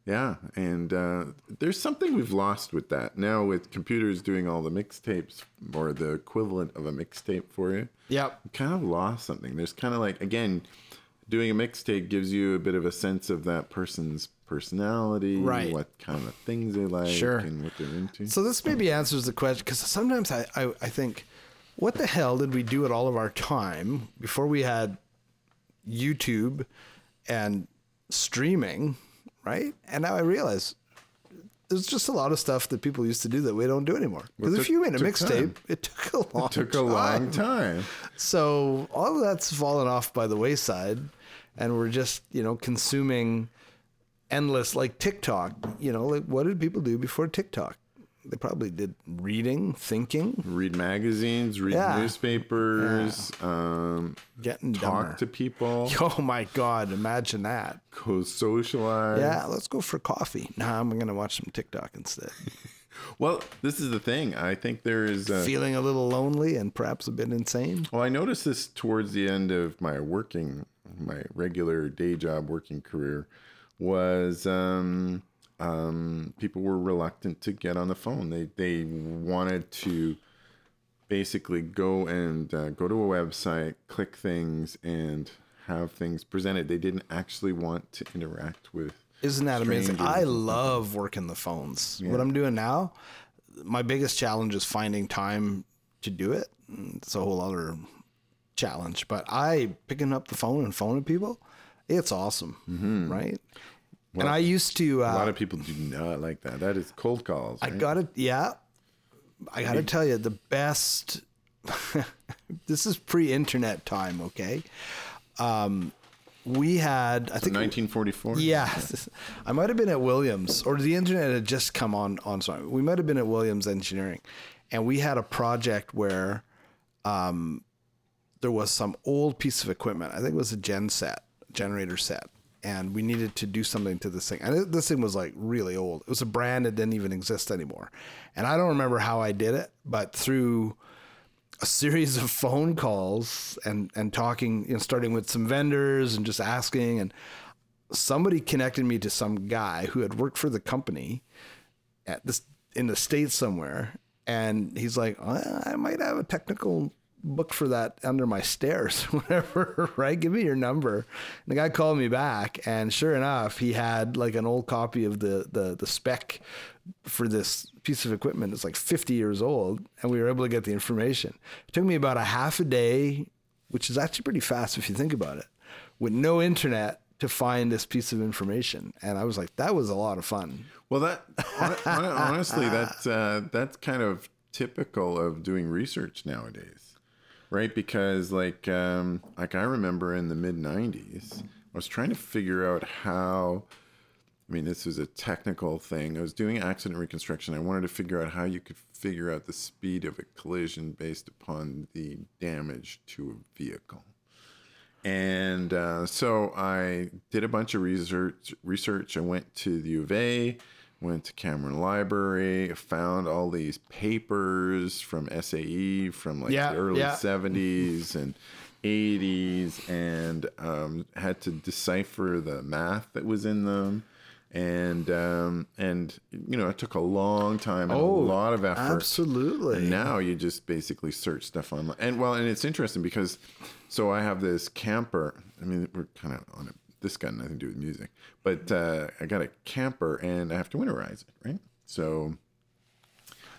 yeah, and uh, there's something we've lost with that now with computers doing all the mixtapes or the equivalent of a mixtape for you. Yep. You kind of lost something. There's kind of like again, doing a mixtape gives you a bit of a sense of that person's personality, Right. What kind of things they like, Sure. and what they're into. So this maybe answers the question because sometimes I, I, I think, what the hell did we do at all of our time before we had YouTube and streaming, right? And now I realize there's just a lot of stuff that people used to do that we don't do anymore. Because took- if you made a took mixtape, time. it took a long Took a time. long time. So all of that's fallen off by the wayside, and we're just you know consuming endless like TikTok. You know, like what did people do before TikTok? They probably did reading, thinking, Read magazines, read Yeah. newspapers, um, getting dumber. talk to people, Oh my God! Imagine that. go socialize. Yeah, let's go for coffee. Nah, I'm gonna watch some TikTok instead. Well, this is the thing. I think there is. A, Feeling a little lonely and perhaps a bit insane. well, I noticed this towards the end of my working, my regular day job working career, was um, um, people were reluctant to get on the phone. They they wanted to basically go and uh, go to a website, click things, and have things presented. They didn't actually want to interact with. Isn't that amazing? Strangers. I love working the phones. What I'm doing now, my biggest challenge is finding time to do it. It's a whole other challenge, but I picking up the phone and phoning people, it's awesome, right? and I used to. Uh, Mm-hmm. A lot of people do not like that. That is cold calls. I right? got to Yeah. I got to tell you, the best. this is pre internet time, okay? Um, we had, I think, 1944. yeah, I might have been at Williams, or the internet had just come on. On sorry, we might have been at Williams Engineering, and we had a project where um, there was some old piece of equipment. I think it was a gen set, generator set, and we needed to do something to this thing. And it- this thing was like really old. It was a brand that didn't even exist anymore, and I don't remember how I did it, but through a series of phone calls and and talking, you know, starting with some vendors and just asking and somebody connected me to some guy who had worked for the company at this in the states somewhere, and he's like, "Uh, I might have a technical book for that under my stairs, whatever. Right? Give me your number. And the guy called me back, and sure enough, he had like an old copy of the the the spec for this piece of equipment. It's like 50 years old, and we were able to get the information. It took me about a half a day which is actually pretty fast if you think about it, with no internet to find this piece of information. And I was like, that was a lot of fun. Well, that hon- hon- honestly, that's uh, that's kind of typical of doing research nowadays, right? Because like um, like I remember in the mid '90s, I was trying to figure out how. I mean, this was a technical thing. I was doing accident reconstruction. I wanted to figure out how you could figure out the speed of a collision based upon the damage to a vehicle. And uh, so I did a bunch of research. Research. I went to the U of A, went to Cameron Library, found all these papers from SAE from like Yeah, the early yeah. 70s and 80s, and um, had to decipher the math that was in them. And um, and you know it took a long time and a lot of effort. Absolutely. And now you just basically search stuff online. And well, and it's interesting because so I have this camper. I mean, we're kind of on a, this got nothing to do with music, but uh, I got a camper and I have to winterize it, right? So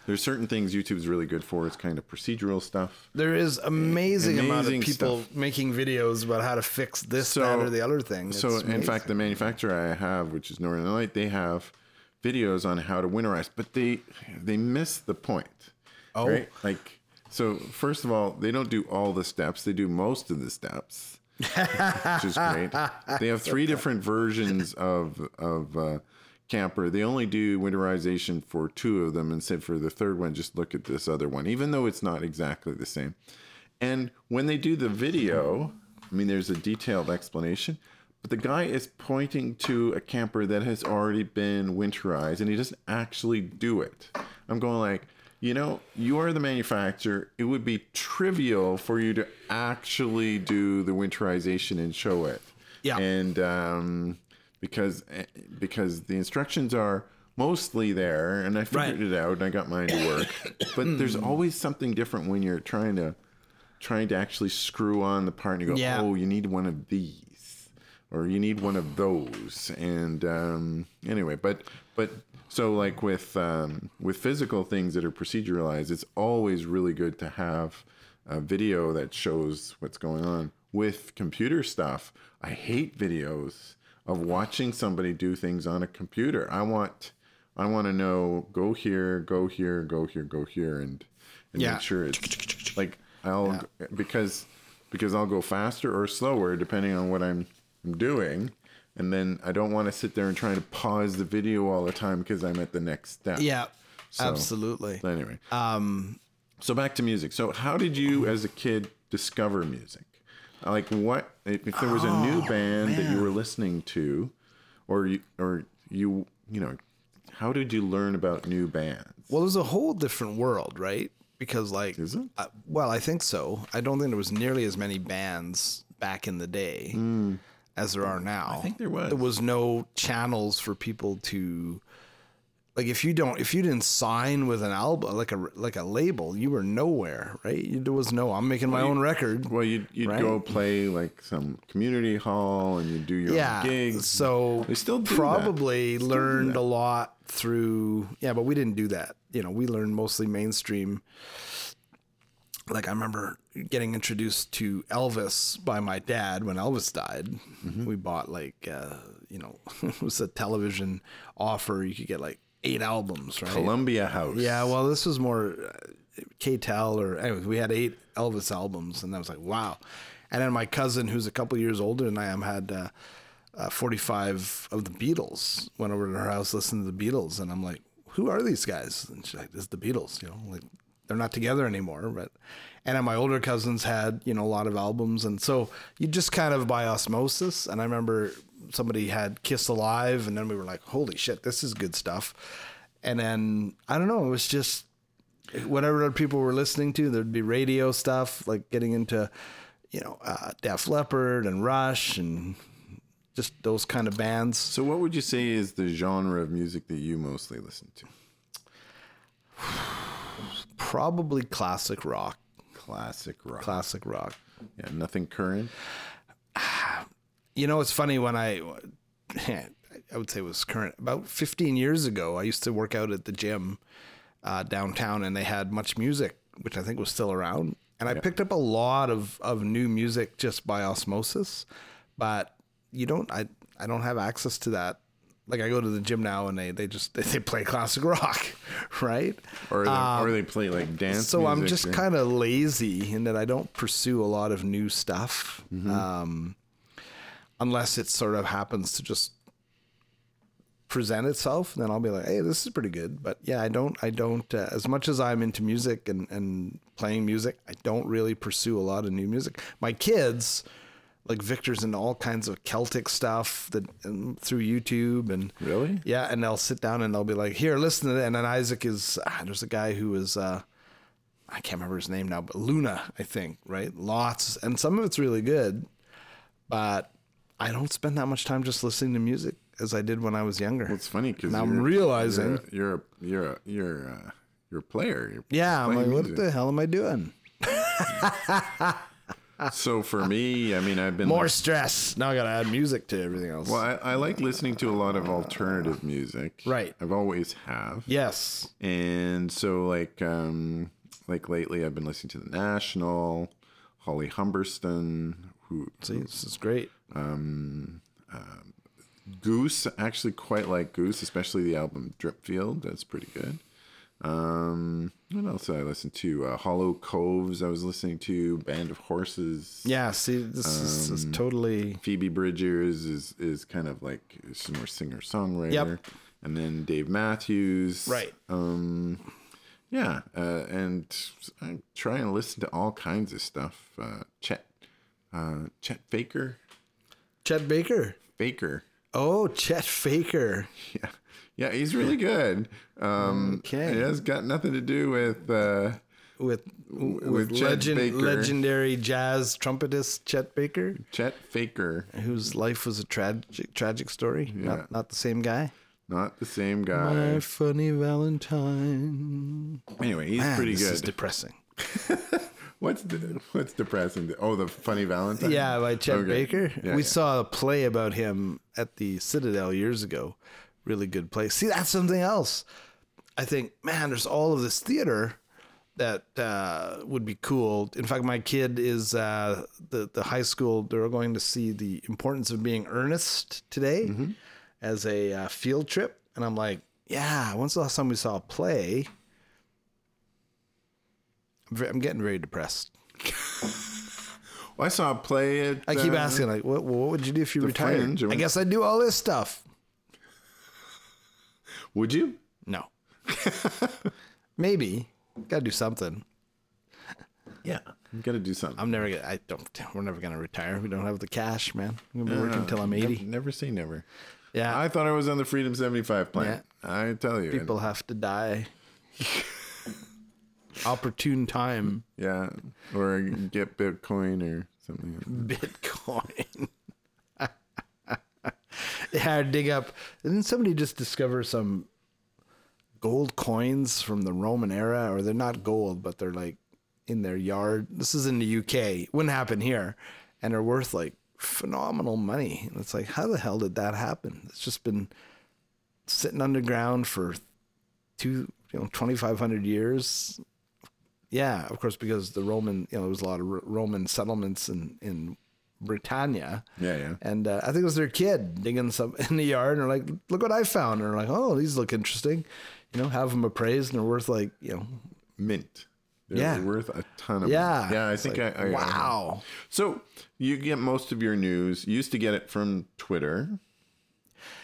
there's certain things YouTube's really good for. It's kind of procedural stuff. There is amazing, amount of Amazing people making videos about how to fix this, that, or the other thing. So It's in fact, the manufacturer I have, which is Northern Light, they have videos on how to winterize, but they they miss the point. Oh. like so. First of all, they don't do all the steps; they do most of the steps, which is great. They have three different versions of of. Uh, camper they only do winterization for two of them and said for the third one just look at this other one even though it's not exactly the same and when they do the video, I mean, there's a detailed explanation, but the guy is pointing to a camper that has already been winterized and he doesn't actually do it. I'm going like, you know, you are the manufacturer. It would be trivial for you to actually do the winterization and show it. Yeah. And um, because because the instructions are mostly there, and I figured Right. it out, and I got mine to work. but there's always something different when you're trying to trying to actually screw on the part and go, Yeah. oh, you need one of these, or you need one of those. And um, anyway, but but so like with um, with physical things that are proceduralized, it's always really good to have a video that shows what's going on. With computer stuff, I hate videos of watching somebody do things on a computer. I want I want to know go here, go here, go here, go here, and and Yeah. make sure it's like I'll because because I'll go faster or slower depending on what I'm I'm doing, and then I don't want to sit there and try to pause the video all the time because I'm at the next step. yeah, So- absolutely. Anyway. Um. So back to music. So how did you as a kid discover music? Like what if, if there was a new band that you were listening to, or you or you you know, how did you learn about new bands? Well, there's a whole different world, right? Because like, it? uh, well, I think so. I don't think there was nearly as many bands back in the day as there are now. I Hmm. think there was. There was no channels for people to like if you don't if you didn't sign with an album like a like a label, you were nowhere, right? You, there was no. I'm making my own record. Well, you'd, you'd Right. go play like some community hall and you'd do your yeah. own gigs. So They still do that. probably learned a lot through yeah, but we didn't do that. You know, we learned mostly mainstream. Like I remember getting introduced to Elvis by my dad when Elvis died. Mm-hmm. We bought like uh, you know, it was a television offer. You could get like eight albums, right? Columbia House. Yeah, well, this was more uh, K-Tel or anyways, we had eight Elvis albums, and I was like, wow. And then my cousin, who's a couple years older than I am, had uh, uh, 45 of the Beatles. Went over to her house, listened to the Beatles, and I'm like, who are these guys? And she's like, this is the Beatles, you know, like they're not together anymore. But and then my older cousins had you know a lot of albums, and so you just kind of by osmosis. And I remember somebody had Kiss Alive, and then we were like, holy shit, this is good stuff. And then I don't know, it was just whatever other people were listening to. There'd be radio stuff, like getting into, you know, uh, Def Leppard and Rush and just those kind of bands. So, what would you say is the genre of music that you mostly listen to? Probably classic rock. Classic rock. Classic rock. yeah, nothing current. You know, it's funny when I, I would say it was current about 15 years ago. I used to work out at the gym uh, downtown, and they had Much Music, which I think was still around, And I picked up a lot of, of new music just by osmosis, but you don't I I don't have access to that. Like I go to the gym now and they, they just they, they play classic rock, right? Or they, or they play like dance. Um, so I'm music just and- kind of lazy in that I don't pursue a lot of new stuff, Mm-hmm. um, unless it sort of happens to just present itself. Then I'll be like, hey, this is pretty good. But yeah, I don't, I don't. Uh, as much as I'm into music and and playing music, I don't really pursue a lot of new music. My kids. Like Victor's into all kinds of Celtic stuff that and through YouTube and Really? yeah, and they'll sit down and they'll be like, "Here, listen to that." And then Isaac is ah, there's a guy who is uh, I can't remember his name now, but Luna, I think, right? Lots, and some of it's really good, but I don't spend that much time just listening to music as I did when I was younger. It's funny because Now I'm realizing- you're a, you're a, you're a, you're a, you're a player. You're yeah, I'm like, playing what music. the hell am I doing? So for me, I mean, I've been More stress. Now I gotta add music to everything else. Well, I, I like listening to a lot of alternative music. Right. I've always have. Yes. And so like um like lately I've been listening to The National, Holly Humberston, who See, this is great. Goose, I actually quite like Goose, especially the album Dripfield. That's pretty good. Um what else did I listen to? Uh, Hollow Coves I was listening to, Band of Horses. Yeah. See, this, is, this is totally. Phoebe Bridgers is is kind of like she's more singer songwriter. Yep. And then Dave Matthews. Right. Um, yeah. Uh, and I try and listen to all kinds of stuff. Uh, Chet, uh, Chet Faker, Chet Baker. Faker. Oh, Chet Faker. Yeah. Yeah, he's really good. Um, Okay. It has got nothing to do with. Uh, with with, with Chet legend, Baker. legendary jazz trumpetist Chet Baker, Chet Faker, whose life was a tragic tragic story. Yeah. Not not the same guy. not the same guy. My funny Valentine. Anyway, he's pretty this is good. depressing. what's the, what's depressing? Oh, the funny Valentine. Yeah, by Chet Okay. Baker. Yeah, we yeah. saw a play about him at the Citadel years ago. Really good play. See, that's something else. I think, man, there's all of this theater that uh, would be cool. In fact, my kid is uh, the the high school. They're going to see the importance of being earnest today Mm-hmm. as a uh, field trip, and I'm like, yeah. When's the last time we saw a play? I'm ve- I'm getting very depressed. Well, I saw a play at. I keep uh, asking, like, what, what would you do if you retired? Fringe, I I mean- guess I'd do all this stuff. Would you? No. Maybe. Gotta do something. Yeah. You got to do something. I'm never gonna, I don't, we're never gonna retire. We don't have the cash, man. I'm gonna be working until I'm 80. Never, never say never. Yeah. I thought I was on the Freedom 75 plan. I tell you. people have to die. Opportune time. Yeah. Or get Bitcoin or something. Bitcoin. yeah, dig up. Didn't somebody just discover some gold coins from the Roman era? Or they're not gold, but they're like in their yard. This is in the UK. Wouldn't happen here. And are worth like phenomenal money. And it's like, how the hell did that happen? It's just been sitting underground for two, you know, 2,500 years. Yeah, of course, because the Roman, you know, there was a lot of Ro- Roman settlements in, in Britannia. Yeah, yeah. And uh, I think it was their kid digging some in the yard, and they're like, "Look what I found!" And they're like, "Oh, these look interesting," you know. Have them appraised, and they're worth like, you know, Mint. They're Yeah. worth a ton of yeah, money. Oh, Yeah, I It's think like, I, I. I- wow, So you get most of your news. You used to get it from Twitter.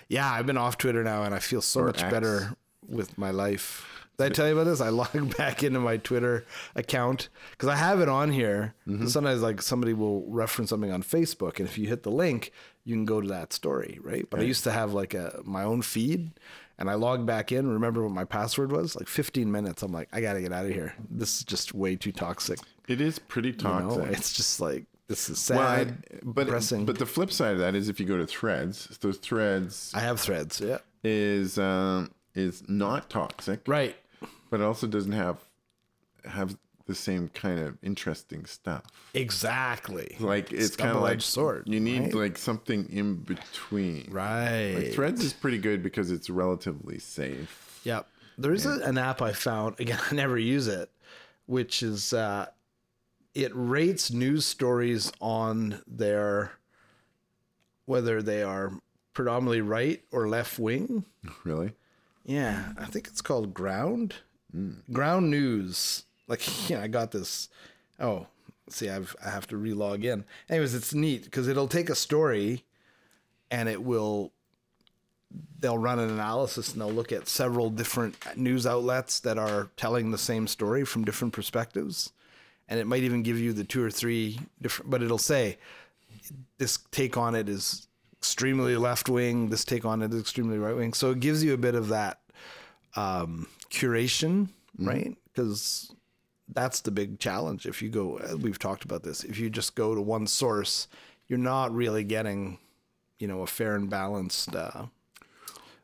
yeah. I've been off Twitter now, and I feel so much X. better with my life. Did I tell you about this? I log back into my Twitter account because I have it on here. And Sometimes, like somebody will reference something on Facebook, and if you hit the link, you can go to that story, right? But I used to have like a my own feed, and I log back in. Remember what my password was? Like 15 minutes. I'm like, I gotta get out of here. This is just way too toxic. It is pretty You toxic. know, it's just like this is sad. Well, I- but depressing. but the flip side of that is if you go to Threads, those Threads I have threads. Yeah, is um, is not toxic. right. but it also doesn't have have the same kind of interesting stuff. Exactly. Like it's kind of Double-edged like sword, You need right? like something in between. Right. Like, Threads is pretty good because it's relatively safe. Yep. There is a, an app I found. Again, I never use it, which is uh, it rates news stories on their whether they are predominantly right or left wing. Really? Yeah, I think it's called Ground. Ground News. Like, yeah, I got this. Oh, see, I've I have to relog in. Anyways, it's neat because it'll take a story, and it will. They'll run an analysis and they'll look at several different news outlets that are telling the same story from different perspectives, and it might even give you the two or three different. But it'll say, this take on it is extremely left wing. This take on it is extremely right wing. So it gives you a bit of that um, curation, right? Because that's the big challenge. If you go, uh, we've talked about this. If you just go to one source, you're not really getting, you know, a fair and balanced uh,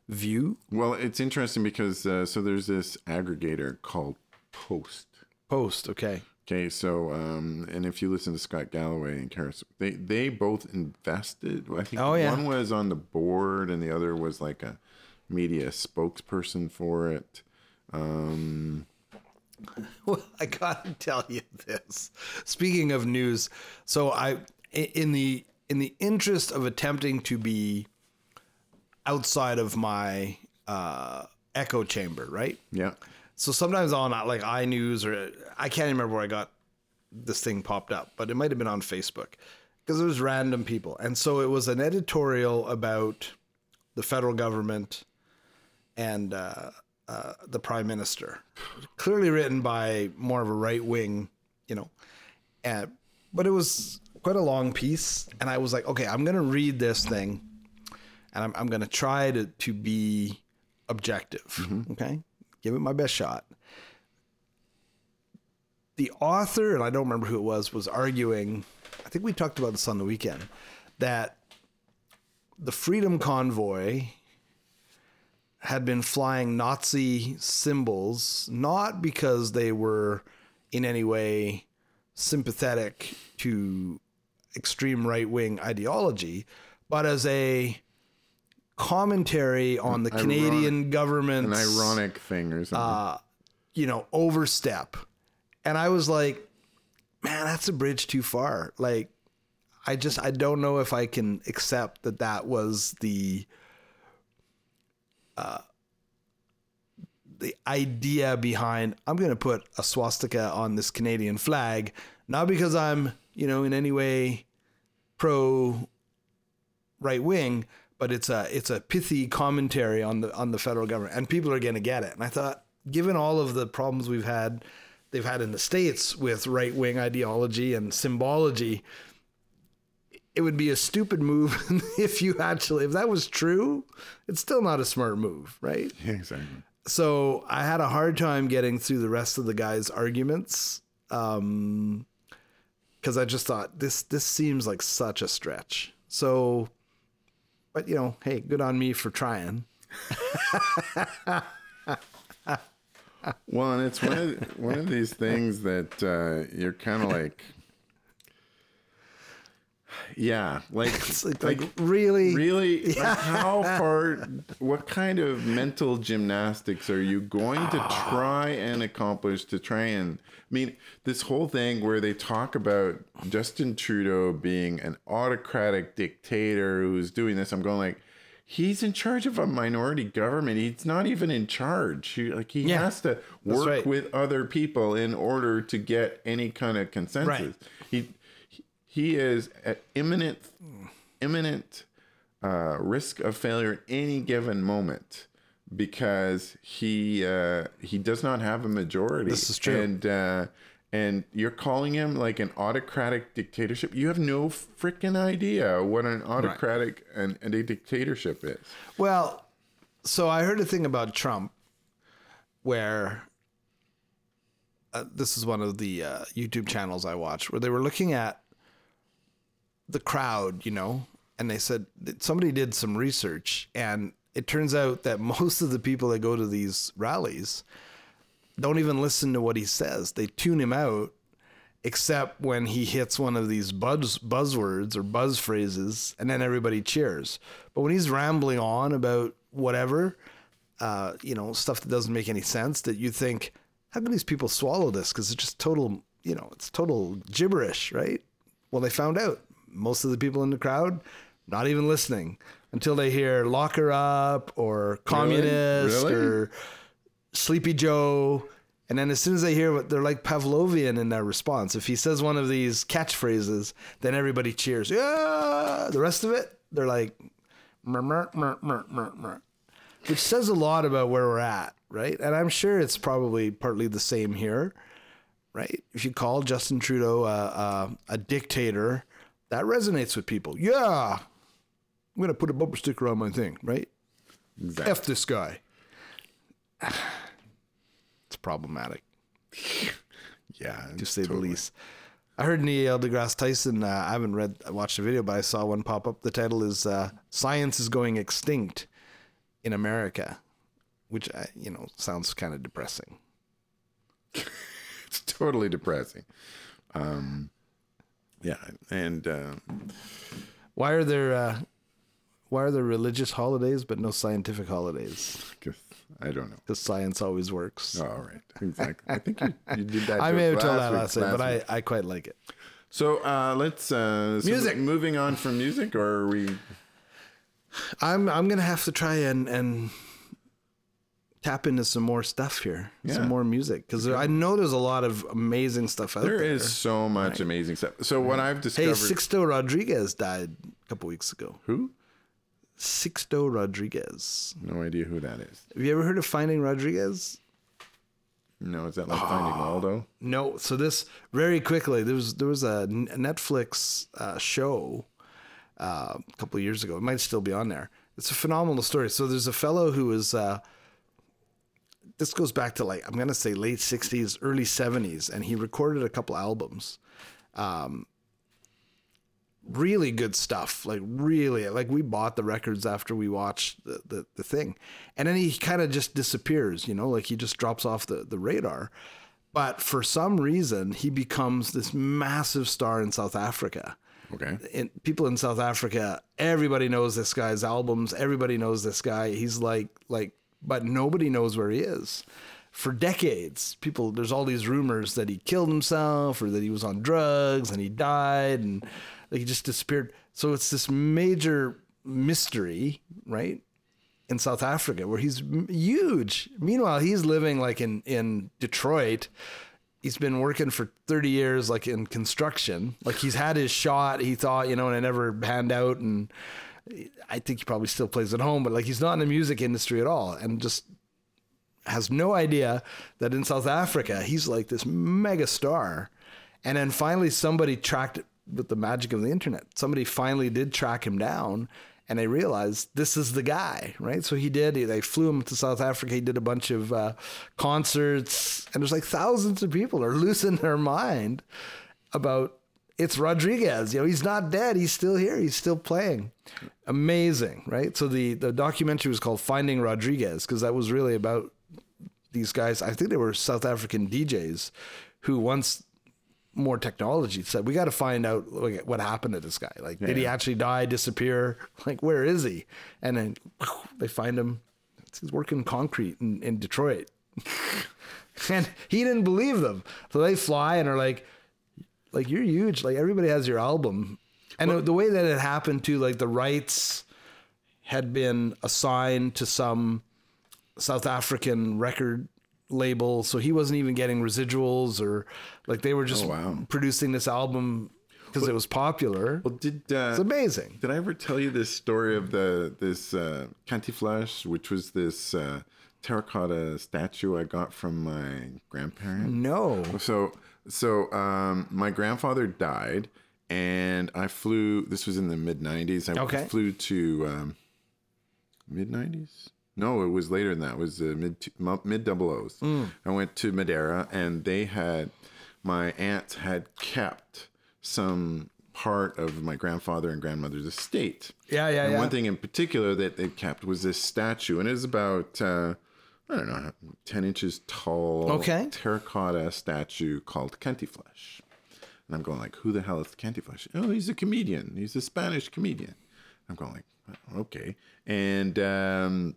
view. Well, it's interesting because uh, so there's this aggregator called Post. Post, okay. Okay, so um, and if you listen to Scott Galloway and Karis, they they both invested. I think Oh, yeah. one was on the board and the other was like a media spokesperson for it. Um, Well, I gotta tell you this. Speaking of news, so I i- in the in the interest of attempting to be outside of my uh, echo chamber, right? yeah, So sometimes on uh, like iNews or I can't even remember where I got this thing popped up, but it might have been on Facebook because it was random people. And so it was an editorial about the federal government and uh, uh, the prime minister, clearly written by more of a right wing, you know. And, but it was quite a long piece. And I was like, okay, I'm going to read this thing and I'm, I'm going to try to, to be objective. Okay. Give it my best shot. The author, and I don't remember who it was, was arguing, I think we talked about this on the weekend, that the Freedom Convoy had been flying Nazi symbols, not because they were in any way sympathetic to extreme right wing ideology, but as a commentary on the Canadian an government's ironic thing or something. you know, overstep. And I was like, man, that's a bridge too far. Like, I just, I don't know if I can accept that that was the, uh, the idea behind, I'm going to put a swastika on this Canadian flag, not because I'm, you know, in any way pro right wing, but it's a it's a pithy commentary on the on the federal government, and people are going to get it. And I thought, given all of the problems we've had, they've had in the states with right wing ideology and symbology, it would be a stupid move if you actually if that was true. It's still not a smart move, right? Yeah, exactly. so I had a hard time getting through the rest of the guy's arguments um because I just thought this this seems like such a stretch. So, but you know, hey, good on me for trying. Well, and it's one of one of these things that uh, you're kind of like, yeah, like It's like, like, really, really like, how far what kind of mental gymnastics are you going to Ah. try and accomplish to try and i mean this whole thing where they talk about justin trudeau being an autocratic dictator who's doing this i'm going like he's in charge of a minority government he's not even in charge he, like he Yeah. has to work right. with other people in order to get any kind of consensus he he is at imminent imminent uh, risk of failure at any given moment because he uh, he does not have a majority. This is true. And uh, and you're calling him like an autocratic dictatorship. You have no freaking idea what an autocratic and, and a dictatorship is. Well, so I heard a thing about Trump where uh, this is one of the uh, YouTube channels I watch where they were looking at the crowd, you know, and they said that somebody did some research and it turns out that most of the people that go to these rallies don't even listen to what he says. They tune him out except when he hits one of these buzz buzzwords or buzz phrases, and then everybody cheers. But when he's rambling on about whatever, uh, you know, stuff that doesn't make any sense, that you think, how can these people swallow this? Because it's just total you know, it's total gibberish, right? Well, they found out. Most of the people in the crowd not even listening until they hear lock her up or communist Really? or sleepy joe and then as soon as they hear what they're like pavlovian in their response if he says one of these catchphrases then everybody cheers yeah the rest of it they're like "Mur, mur, mur, mur, mur, mur," which says a lot about where we're at right and i'm sure it's probably partly the same here right? If you call Justin Trudeau a, a, a dictator, that resonates with people. Yeah, I'm gonna put a bumper sticker on my thing, right? Exactly. F this guy. It's problematic, yeah. to say the least. I heard Neil deGrasse Tyson. Uh, I haven't read, I watched the video, but I saw one pop up. The title is uh, "Science is Going Extinct in America," which I, you know sounds kind of depressing. It's totally depressing. Um, yeah. And uh, Why are there uh, why are there religious holidays but no scientific holidays? 'cause I don't know. Because science always works. Oh, all right. Exactly. I think you, you did that. I to may have us told that week, last night, but week. I, I quite like it. So uh, let's uh, so Music. we're moving on from music, or are we? I'm I'm gonna have to try and and tap into some more stuff here, Yeah. some more music, because I know there's a lot of amazing stuff out there. There is so much amazing stuff. So what I've Hey, discovered. Sixto Rodriguez died a couple weeks ago. who? Sixto Rodriguez. No idea who that is. Have you ever heard of Finding Rodriguez? No, is that like Finding Waldo? No, so this very quickly there was there was a N- Netflix uh, show uh, a couple of years ago. It might still be on there. It's a phenomenal story. So there's a fellow who is uh, this goes back to like I'm gonna say late '60s, early '70s, and he recorded a couple albums. Um, really good stuff. Like really, like we bought the records after we watched the the, the thing, and then he kind of just disappears. You know, like he just drops off the the radar. But for some reason, he becomes this massive star in South Africa Okay. in, people in South Africa, everybody knows this guy's albums. Everybody knows this guy. He's like like, but nobody knows where he is. For decades, people there's all these rumors that he killed himself or that he was on drugs and he died and like he just disappeared. So it's this major mystery, right? in South Africa where he's m- huge. Meanwhile, he's living like in in Detroit. He's been working for 30 years like in construction. Like he's had his shot, he thought, you know, and it never panned out and I think he probably still plays at home, but like he's not in the music industry at all and just has no idea that in South Africa he's like this mega star. And then finally somebody tracked with the magic of the internet. Somebody finally did track him down and they realized this is the guy, right? So he did. They flew him to South Africa. He did a bunch of uh, concerts, and there's like thousands of people are losing their mind about it's Rodriguez. You know, he's not dead. He's still here. He's still playing. Amazing, right? So the the documentary was called Finding Rodriguez because that was really about these guys. I think they were South African DJs who once more technology said we got to find out like, what happened to this guy. Like, did he actually die, disappear? Like, where is he? And then they find him. He's working concrete in, in Detroit. and he didn't believe them. So they fly and are like, like you're huge. Like everybody has your album. And the, the way that it happened to like the rights had been assigned to some South African record label, so he wasn't even getting residuals or like they were just Oh, wow. producing this album because it was popular. Well, did uh, It's amazing. Did I ever tell you this story of the this uh, cantiflash, which was this uh, terracotta statue I got from my grandparents? No, So so um, my grandfather died, and I flew. This was in the mid '90s. I Okay. flew to um, mid '90s. No, it was later than that. It was uh, mid mu- mid double O's. Mm. I went to Madeira, and they had my aunts had kept some part of my grandfather and grandmother's estate. yeah, yeah, And yeah. one thing in particular that they kept was this statue, and it was about uh, I don't know, ten inches tall, Okay. terracotta statue called Cantiflash. And I'm going like, who the hell is Cantiflash? Oh, he's a comedian. He's a Spanish comedian. I'm going like, okay. And um,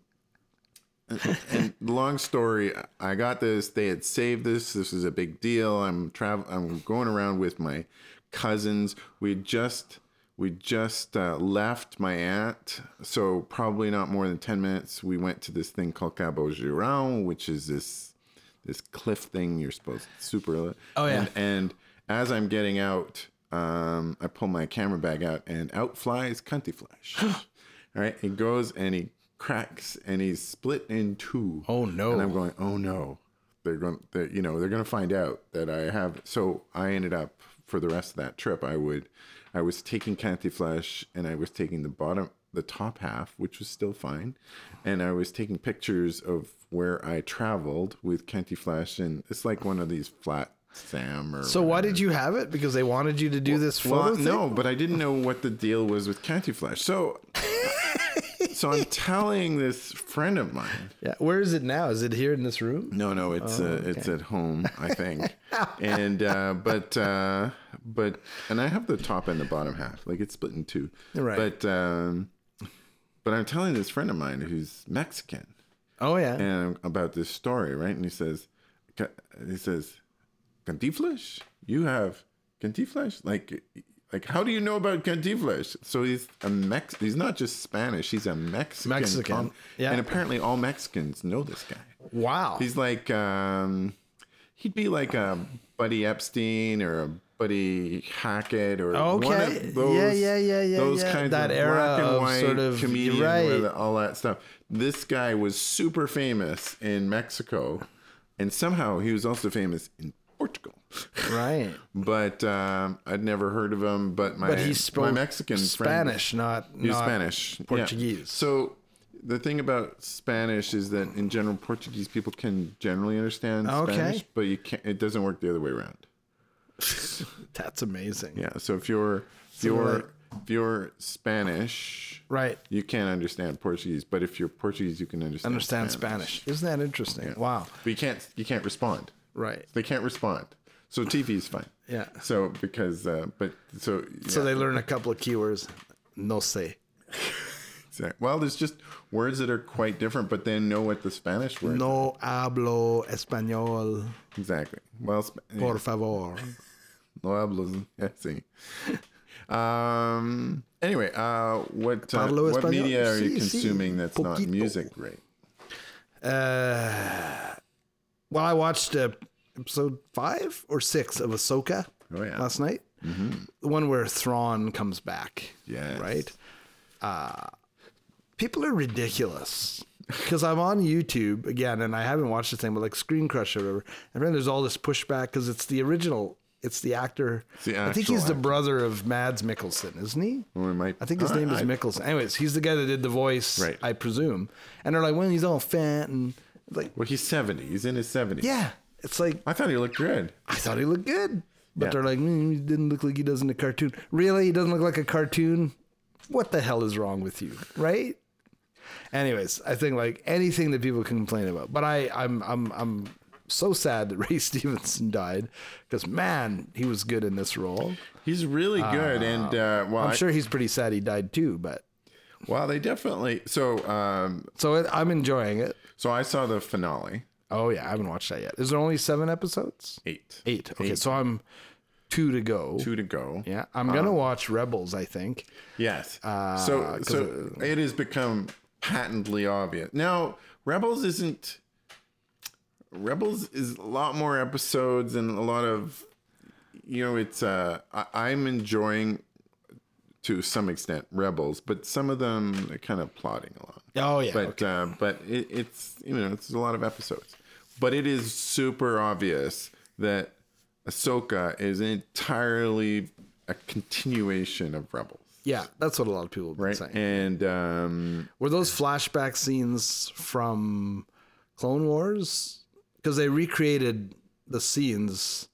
and long story, I got this. They had saved this. This is a big deal. I'm travel. I'm going around with my cousins. We just we just uh, left my aunt, so probably not more than ten minutes. We went to this thing called Cabo Girão, which is this this cliff thing you're supposed to super. uh, Oh, yeah. And, and as I'm getting out, um, I pull my camera bag out, and out flies Cunty Flash. All right, he goes and he cracks and he's split in two. Oh, no. And I'm going, oh no, they're going, to you know, they're going to find out that I have. So I ended up for the rest of that trip, I would, I was taking Canty Flash and I was taking the bottom, the top half, which was still fine, and I was taking pictures of where I traveled with Canty Flash, and it's like one of these flat Sam or So why did you have it? Because they wanted you to do this photo well, thing? no, but I didn't know what the deal was with Canty Flash. So, so I'm telling this friend of mine. Yeah. Where is it now? Is it here in this room? No, no, it's uh, Oh, it's at home, I think. and uh, but uh, but and I have the top and the bottom half, like it's split in two. Right. But um, but I'm telling this friend of mine who's Mexican, Oh yeah. and about this story, right? And he says, ca- he says, Cantiflash, you have Cantiflash, like, like how do you know about Cantiflash? So he's a Mex. He's not just Spanish. He's a Mexican. Mexican, yeah. And apparently, all Mexicans know this guy. wow. He's like, um, he'd be like a Buddy Epstein or a Buddy Hackett or one Okay. of those, Yeah, yeah, yeah, yeah, those yeah. kinds That of era black and of white sort of- comedian right. with all that stuff. This guy was super famous in Mexico, and somehow he was also famous in Portugal. right. But um, I'd never heard of him. But my But he spoke my Mexican friend, Spanish, not he was not- Spanish, yeah. Portuguese. So the thing about Spanish is that in general, Portuguese people can generally understand Okay. Spanish, but you can't. It doesn't work the other way around. That's amazing. Yeah. So if you're if you're if you're Spanish, Right. you can't understand Portuguese. But if you're Portuguese, you can understand Understand Spanish. Isn't that interesting? Wow. But you can't you can't respond. Right. They can't respond. So TV is fine. Yeah. So because uh, but so So they learn a couple of keywords. No sé. Exact- Well, there's just words that are quite different, but then know what the Spanish word. No hablo español, Exactly. Well, sp- por favor. no hablo. Yeah, sí. Um. Anyway, uh, what uh, Parlo what español. media are you Sí, sí. consuming that's not Poquito. music? Right. Uh, well, I watched uh, episode five or six of Ahsoka Oh, yeah. Mm-hmm. last night. The one where Thrawn comes back. Yes. Right? Uh, people are ridiculous because I'm on YouTube again, and I haven't watched the thing, but like Screen Crush or whatever. And then there's all this pushback because it's the original. It's the actor. the I think actual he's the actor. brother of Mads Mikkelsen, isn't he? Well, we might- I think his uh, name is I- Mikkelsen. Anyways, he's the guy that did the voice, Right. I presume. And they're like, when he's all fat and like, Well, he's seventy. He's in his seventies. yeah, it's like I thought he looked good. I thought he looked good, but Yeah. they're like, mm, he didn't look like he does in a cartoon. Really, he doesn't look like a cartoon. What the hell is wrong with you, right? Anyways, I think like anything that people complain about, but I, I'm, I'm, I'm so sad that Ray Stevenson died because man, he was good in this role. He's really good, and uh, well, Ah, I'm I- sure he's pretty sad he died too, but well, they definitely. So, um, so it, I'm enjoying it. so I saw the finale. Oh yeah, I haven't watched that yet. Is there only seven episodes? Eight. Eight. Okay, so I'm two Uh-huh. to go. Two to go. Yeah, I'm gonna watch Rebels. I think. Yes. so so it has become patently obvious. Now, Rebels isn't Rebels is a lot more episodes and a lot of you know, it's uh I, I'm enjoying to some extent Rebels, but some of them are kind of plodding along. Oh yeah. But uh, but it, it's you know it's a lot of episodes, but it is super obvious that Ahsoka is entirely a continuation of Rebels. Yeah, that's what a lot of people have been right? saying. And um, Were those flashback scenes from Clone Wars? Because they recreated the scenes.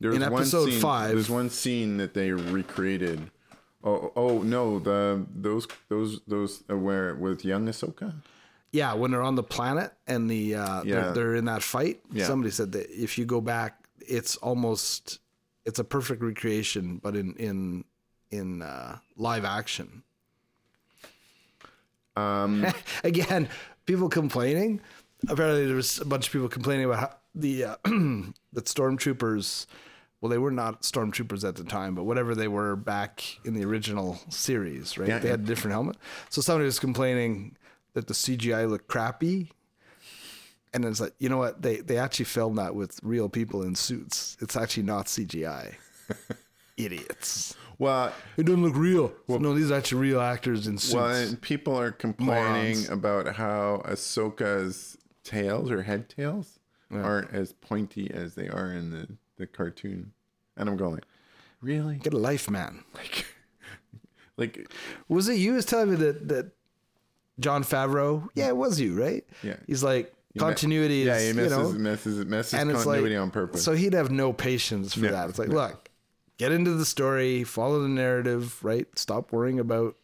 there was In one episode scene, five- There's one scene that they recreated. Oh, oh no, the those those those uh, where with young Ahsoka. Yeah, when they're on the planet and the uh, Yeah. they're, they're in that fight. Yeah. Somebody said that if you go back, it's almost it's a perfect recreation, but in in in uh, live action. Um, Again, people complaining. Apparently, there was a bunch of people complaining about how the uh, that stormtroopers. Well, they were not stormtroopers at the time, but whatever they were back in the original series, right? Yeah, they yeah. had a different helmet. So somebody was complaining that the CGI looked crappy. And it's like, you know what? They they actually filmed that with real people in suits. It's actually not CGI. Idiots. Well, It doesn't look real. no, these are actually real actors in suits. well, and people are complaining Morons. about how Ahsoka's tails or head tails aren't as pointy as they are in the, the cartoon. And I'm going, really? Get a life, man. Like, like Was it you who was telling me that that John Favreau? Yeah, it was you, right? Yeah. He's like continuity yeah, is he you messes, know, messes, messes and it's continuity like on purpose. so he'd have no patience for that. It's like, look, get into the story, follow the narrative, right? Stop worrying about.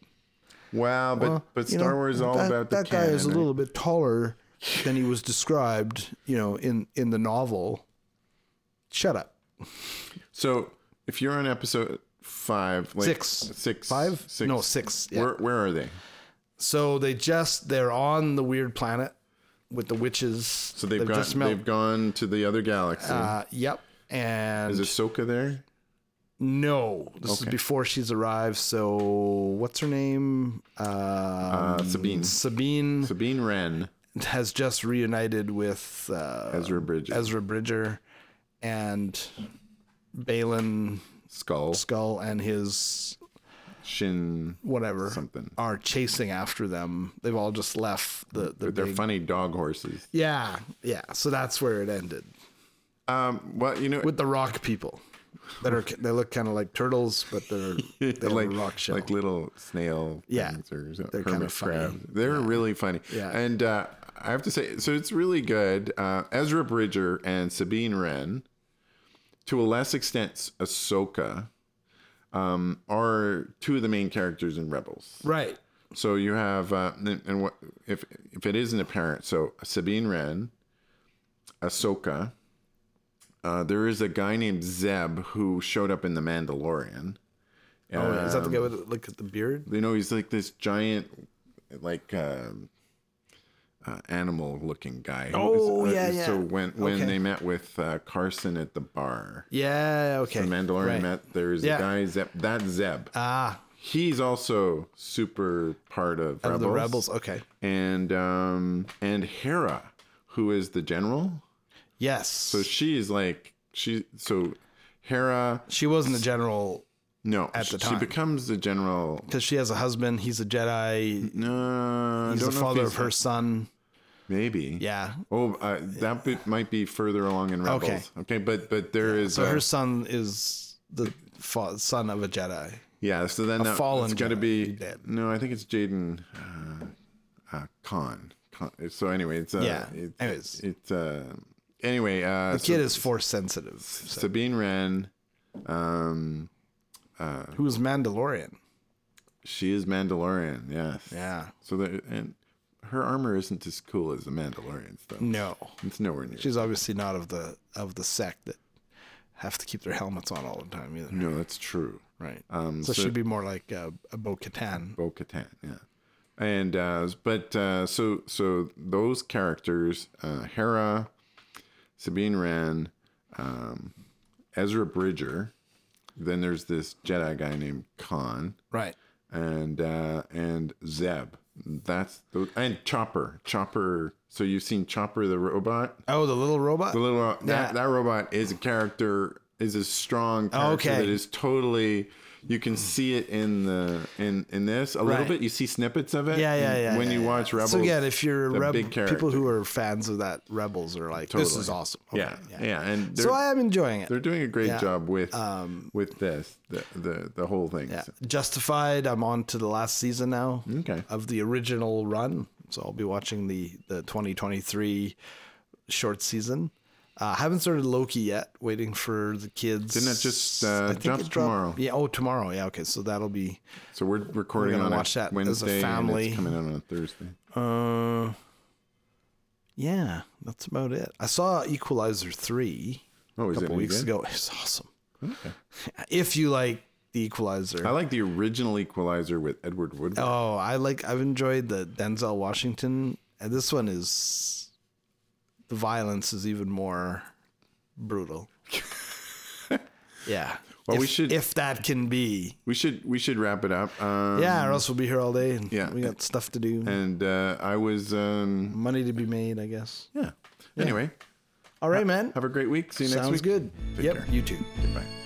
wow, but well, but you Star know, Wars is all that, about the that guy is a canon, little bit taller than he was described, you know, in in the novel. Shut up. So if you're on episode five, like Six. six, Five? six, No, six. Yeah. Where where are they? So they just they're on the weird planet with the witches. So So they've, gone. just melt. They've gone to the other galaxy. uh, yep. And is Ahsoka there? no, this is before she's arrived. So what's her name? Uh, Uh, Sabine. Sabine Sabine Wren, has just reunited with uh, Ezra Bridges, Ezra Bridger and Balin Skull, Skull and his Shin, whatever something. are chasing after them. They've all just left the the They're big- funny dog horses. yeah yeah. So that's where it ended. Um, well, you know, with the rock people that are they look kind of like turtles, but they're they like like a rock shell. like little snail Yeah. things or They're they're kinda hermit funny. crabs. They're really funny. Yeah. And uh, I have to say, so it's really good. Uh, Ezra Bridger and Sabine Wren, to a less extent, Ahsoka, um, are two of the main characters in Rebels. right. So you have, uh, and, and what if if it isn't apparent? So Sabine Wren, Ahsoka. Uh, there is a guy named Zeb who showed up in The Mandalorian. Oh, is that the guy with like the beard? You know, he's like this giant, like uh, uh, animal-looking guy. who was- Oh, uh, yeah, yeah. So when when Okay. they met with uh, Carson at the bar, Yeah. Okay. the Mandalorian Right. met. There's Yeah. a guy Zeb. That Zeb. Ah, He's also super part of of, Rebels. the rebels. Okay. and um and Hera, who is the general. Yes. So she is like she. So Hera, she wasn't a general no, At the she time. becomes the general. because she has a husband. He's a Jedi. No, I He's don't the know if father he's- of her son. Maybe. Yeah. Oh, uh, that bit might be further along in Rebels. Okay. Okay, but but there is So uh, a- her son is the fa- son of a Jedi. yeah. So then that, fallen it's gonna Jedi. be He did. no. I think it's Jaden uh, uh, Khan. Khan. So anyway, it's uh, Yeah. It's, Anyways. it's uh, anyway. Uh, so Kid is force sensitive. Sabine Wren. Um, Who's Mandalorian? she is Mandalorian. Yes. Yeah. So that and her armor isn't as cool as the Mandalorian's though. No. It's nowhere near. Mm. She's obviously not of the of the sect that have to keep their helmets on all the time either. no, that's true. Right. Mm-hmm. Um, so, she'd be more like a, a Bo Katan. Bo Katan, yeah. And uh, but uh, so so those characters, uh, Hera, Sabine Wren, um, Ezra Bridger. Then there's this Jedi guy named Khan Right. and uh, and Zeb. That's the, and Chopper. Chopper. So you've seen Chopper the robot. Oh, the little robot? The little uh, that, Yeah. Oh, that robot is a character is a strong character Okay. that is totally you can see it in the in in this a little Right. bit you see snippets of it yeah, yeah, in- yeah. when yeah, you yeah. watch Rebels So again, if you're the Reb- big character. people who are fans of that Rebels are like, this is Totally. awesome. Okay, yeah, yeah and they're, So I am enjoying it. they're doing a great Yeah. Um, job with with this the the, the whole thing Yeah. So- Justified, I'm on to the last season now okay of the original run. So I'll be watching the the 2023 short season. Uh, haven't started Loki yet. Waiting for the kids. Didn't it just, uh, I think drop it dropped- tomorrow? Yeah. Oh, tomorrow. Yeah. Okay. So that'll be. so we're recording gonna on watch a that as a Wednesday and family. it's coming out on a Thursday Uh, yeah, that's about it. I saw Equalizer three oh a is it couple any weeks good? ago. It's awesome. If you like the Equalizer, I like the original Equalizer with Edward Woodward oh, I like. I've enjoyed the Denzel Washington And this one is the violence is even more brutal. yeah. Well, if, we should- if that can be. We should we should wrap it up. Um, Yeah, or else we'll be here all day. And yeah. we got stuff to do, And uh, I was um, money to be made, I guess. yeah. Anyway, All right, man. have a great week. See you next Sounds week. good. Take yep, care. you too. Goodbye.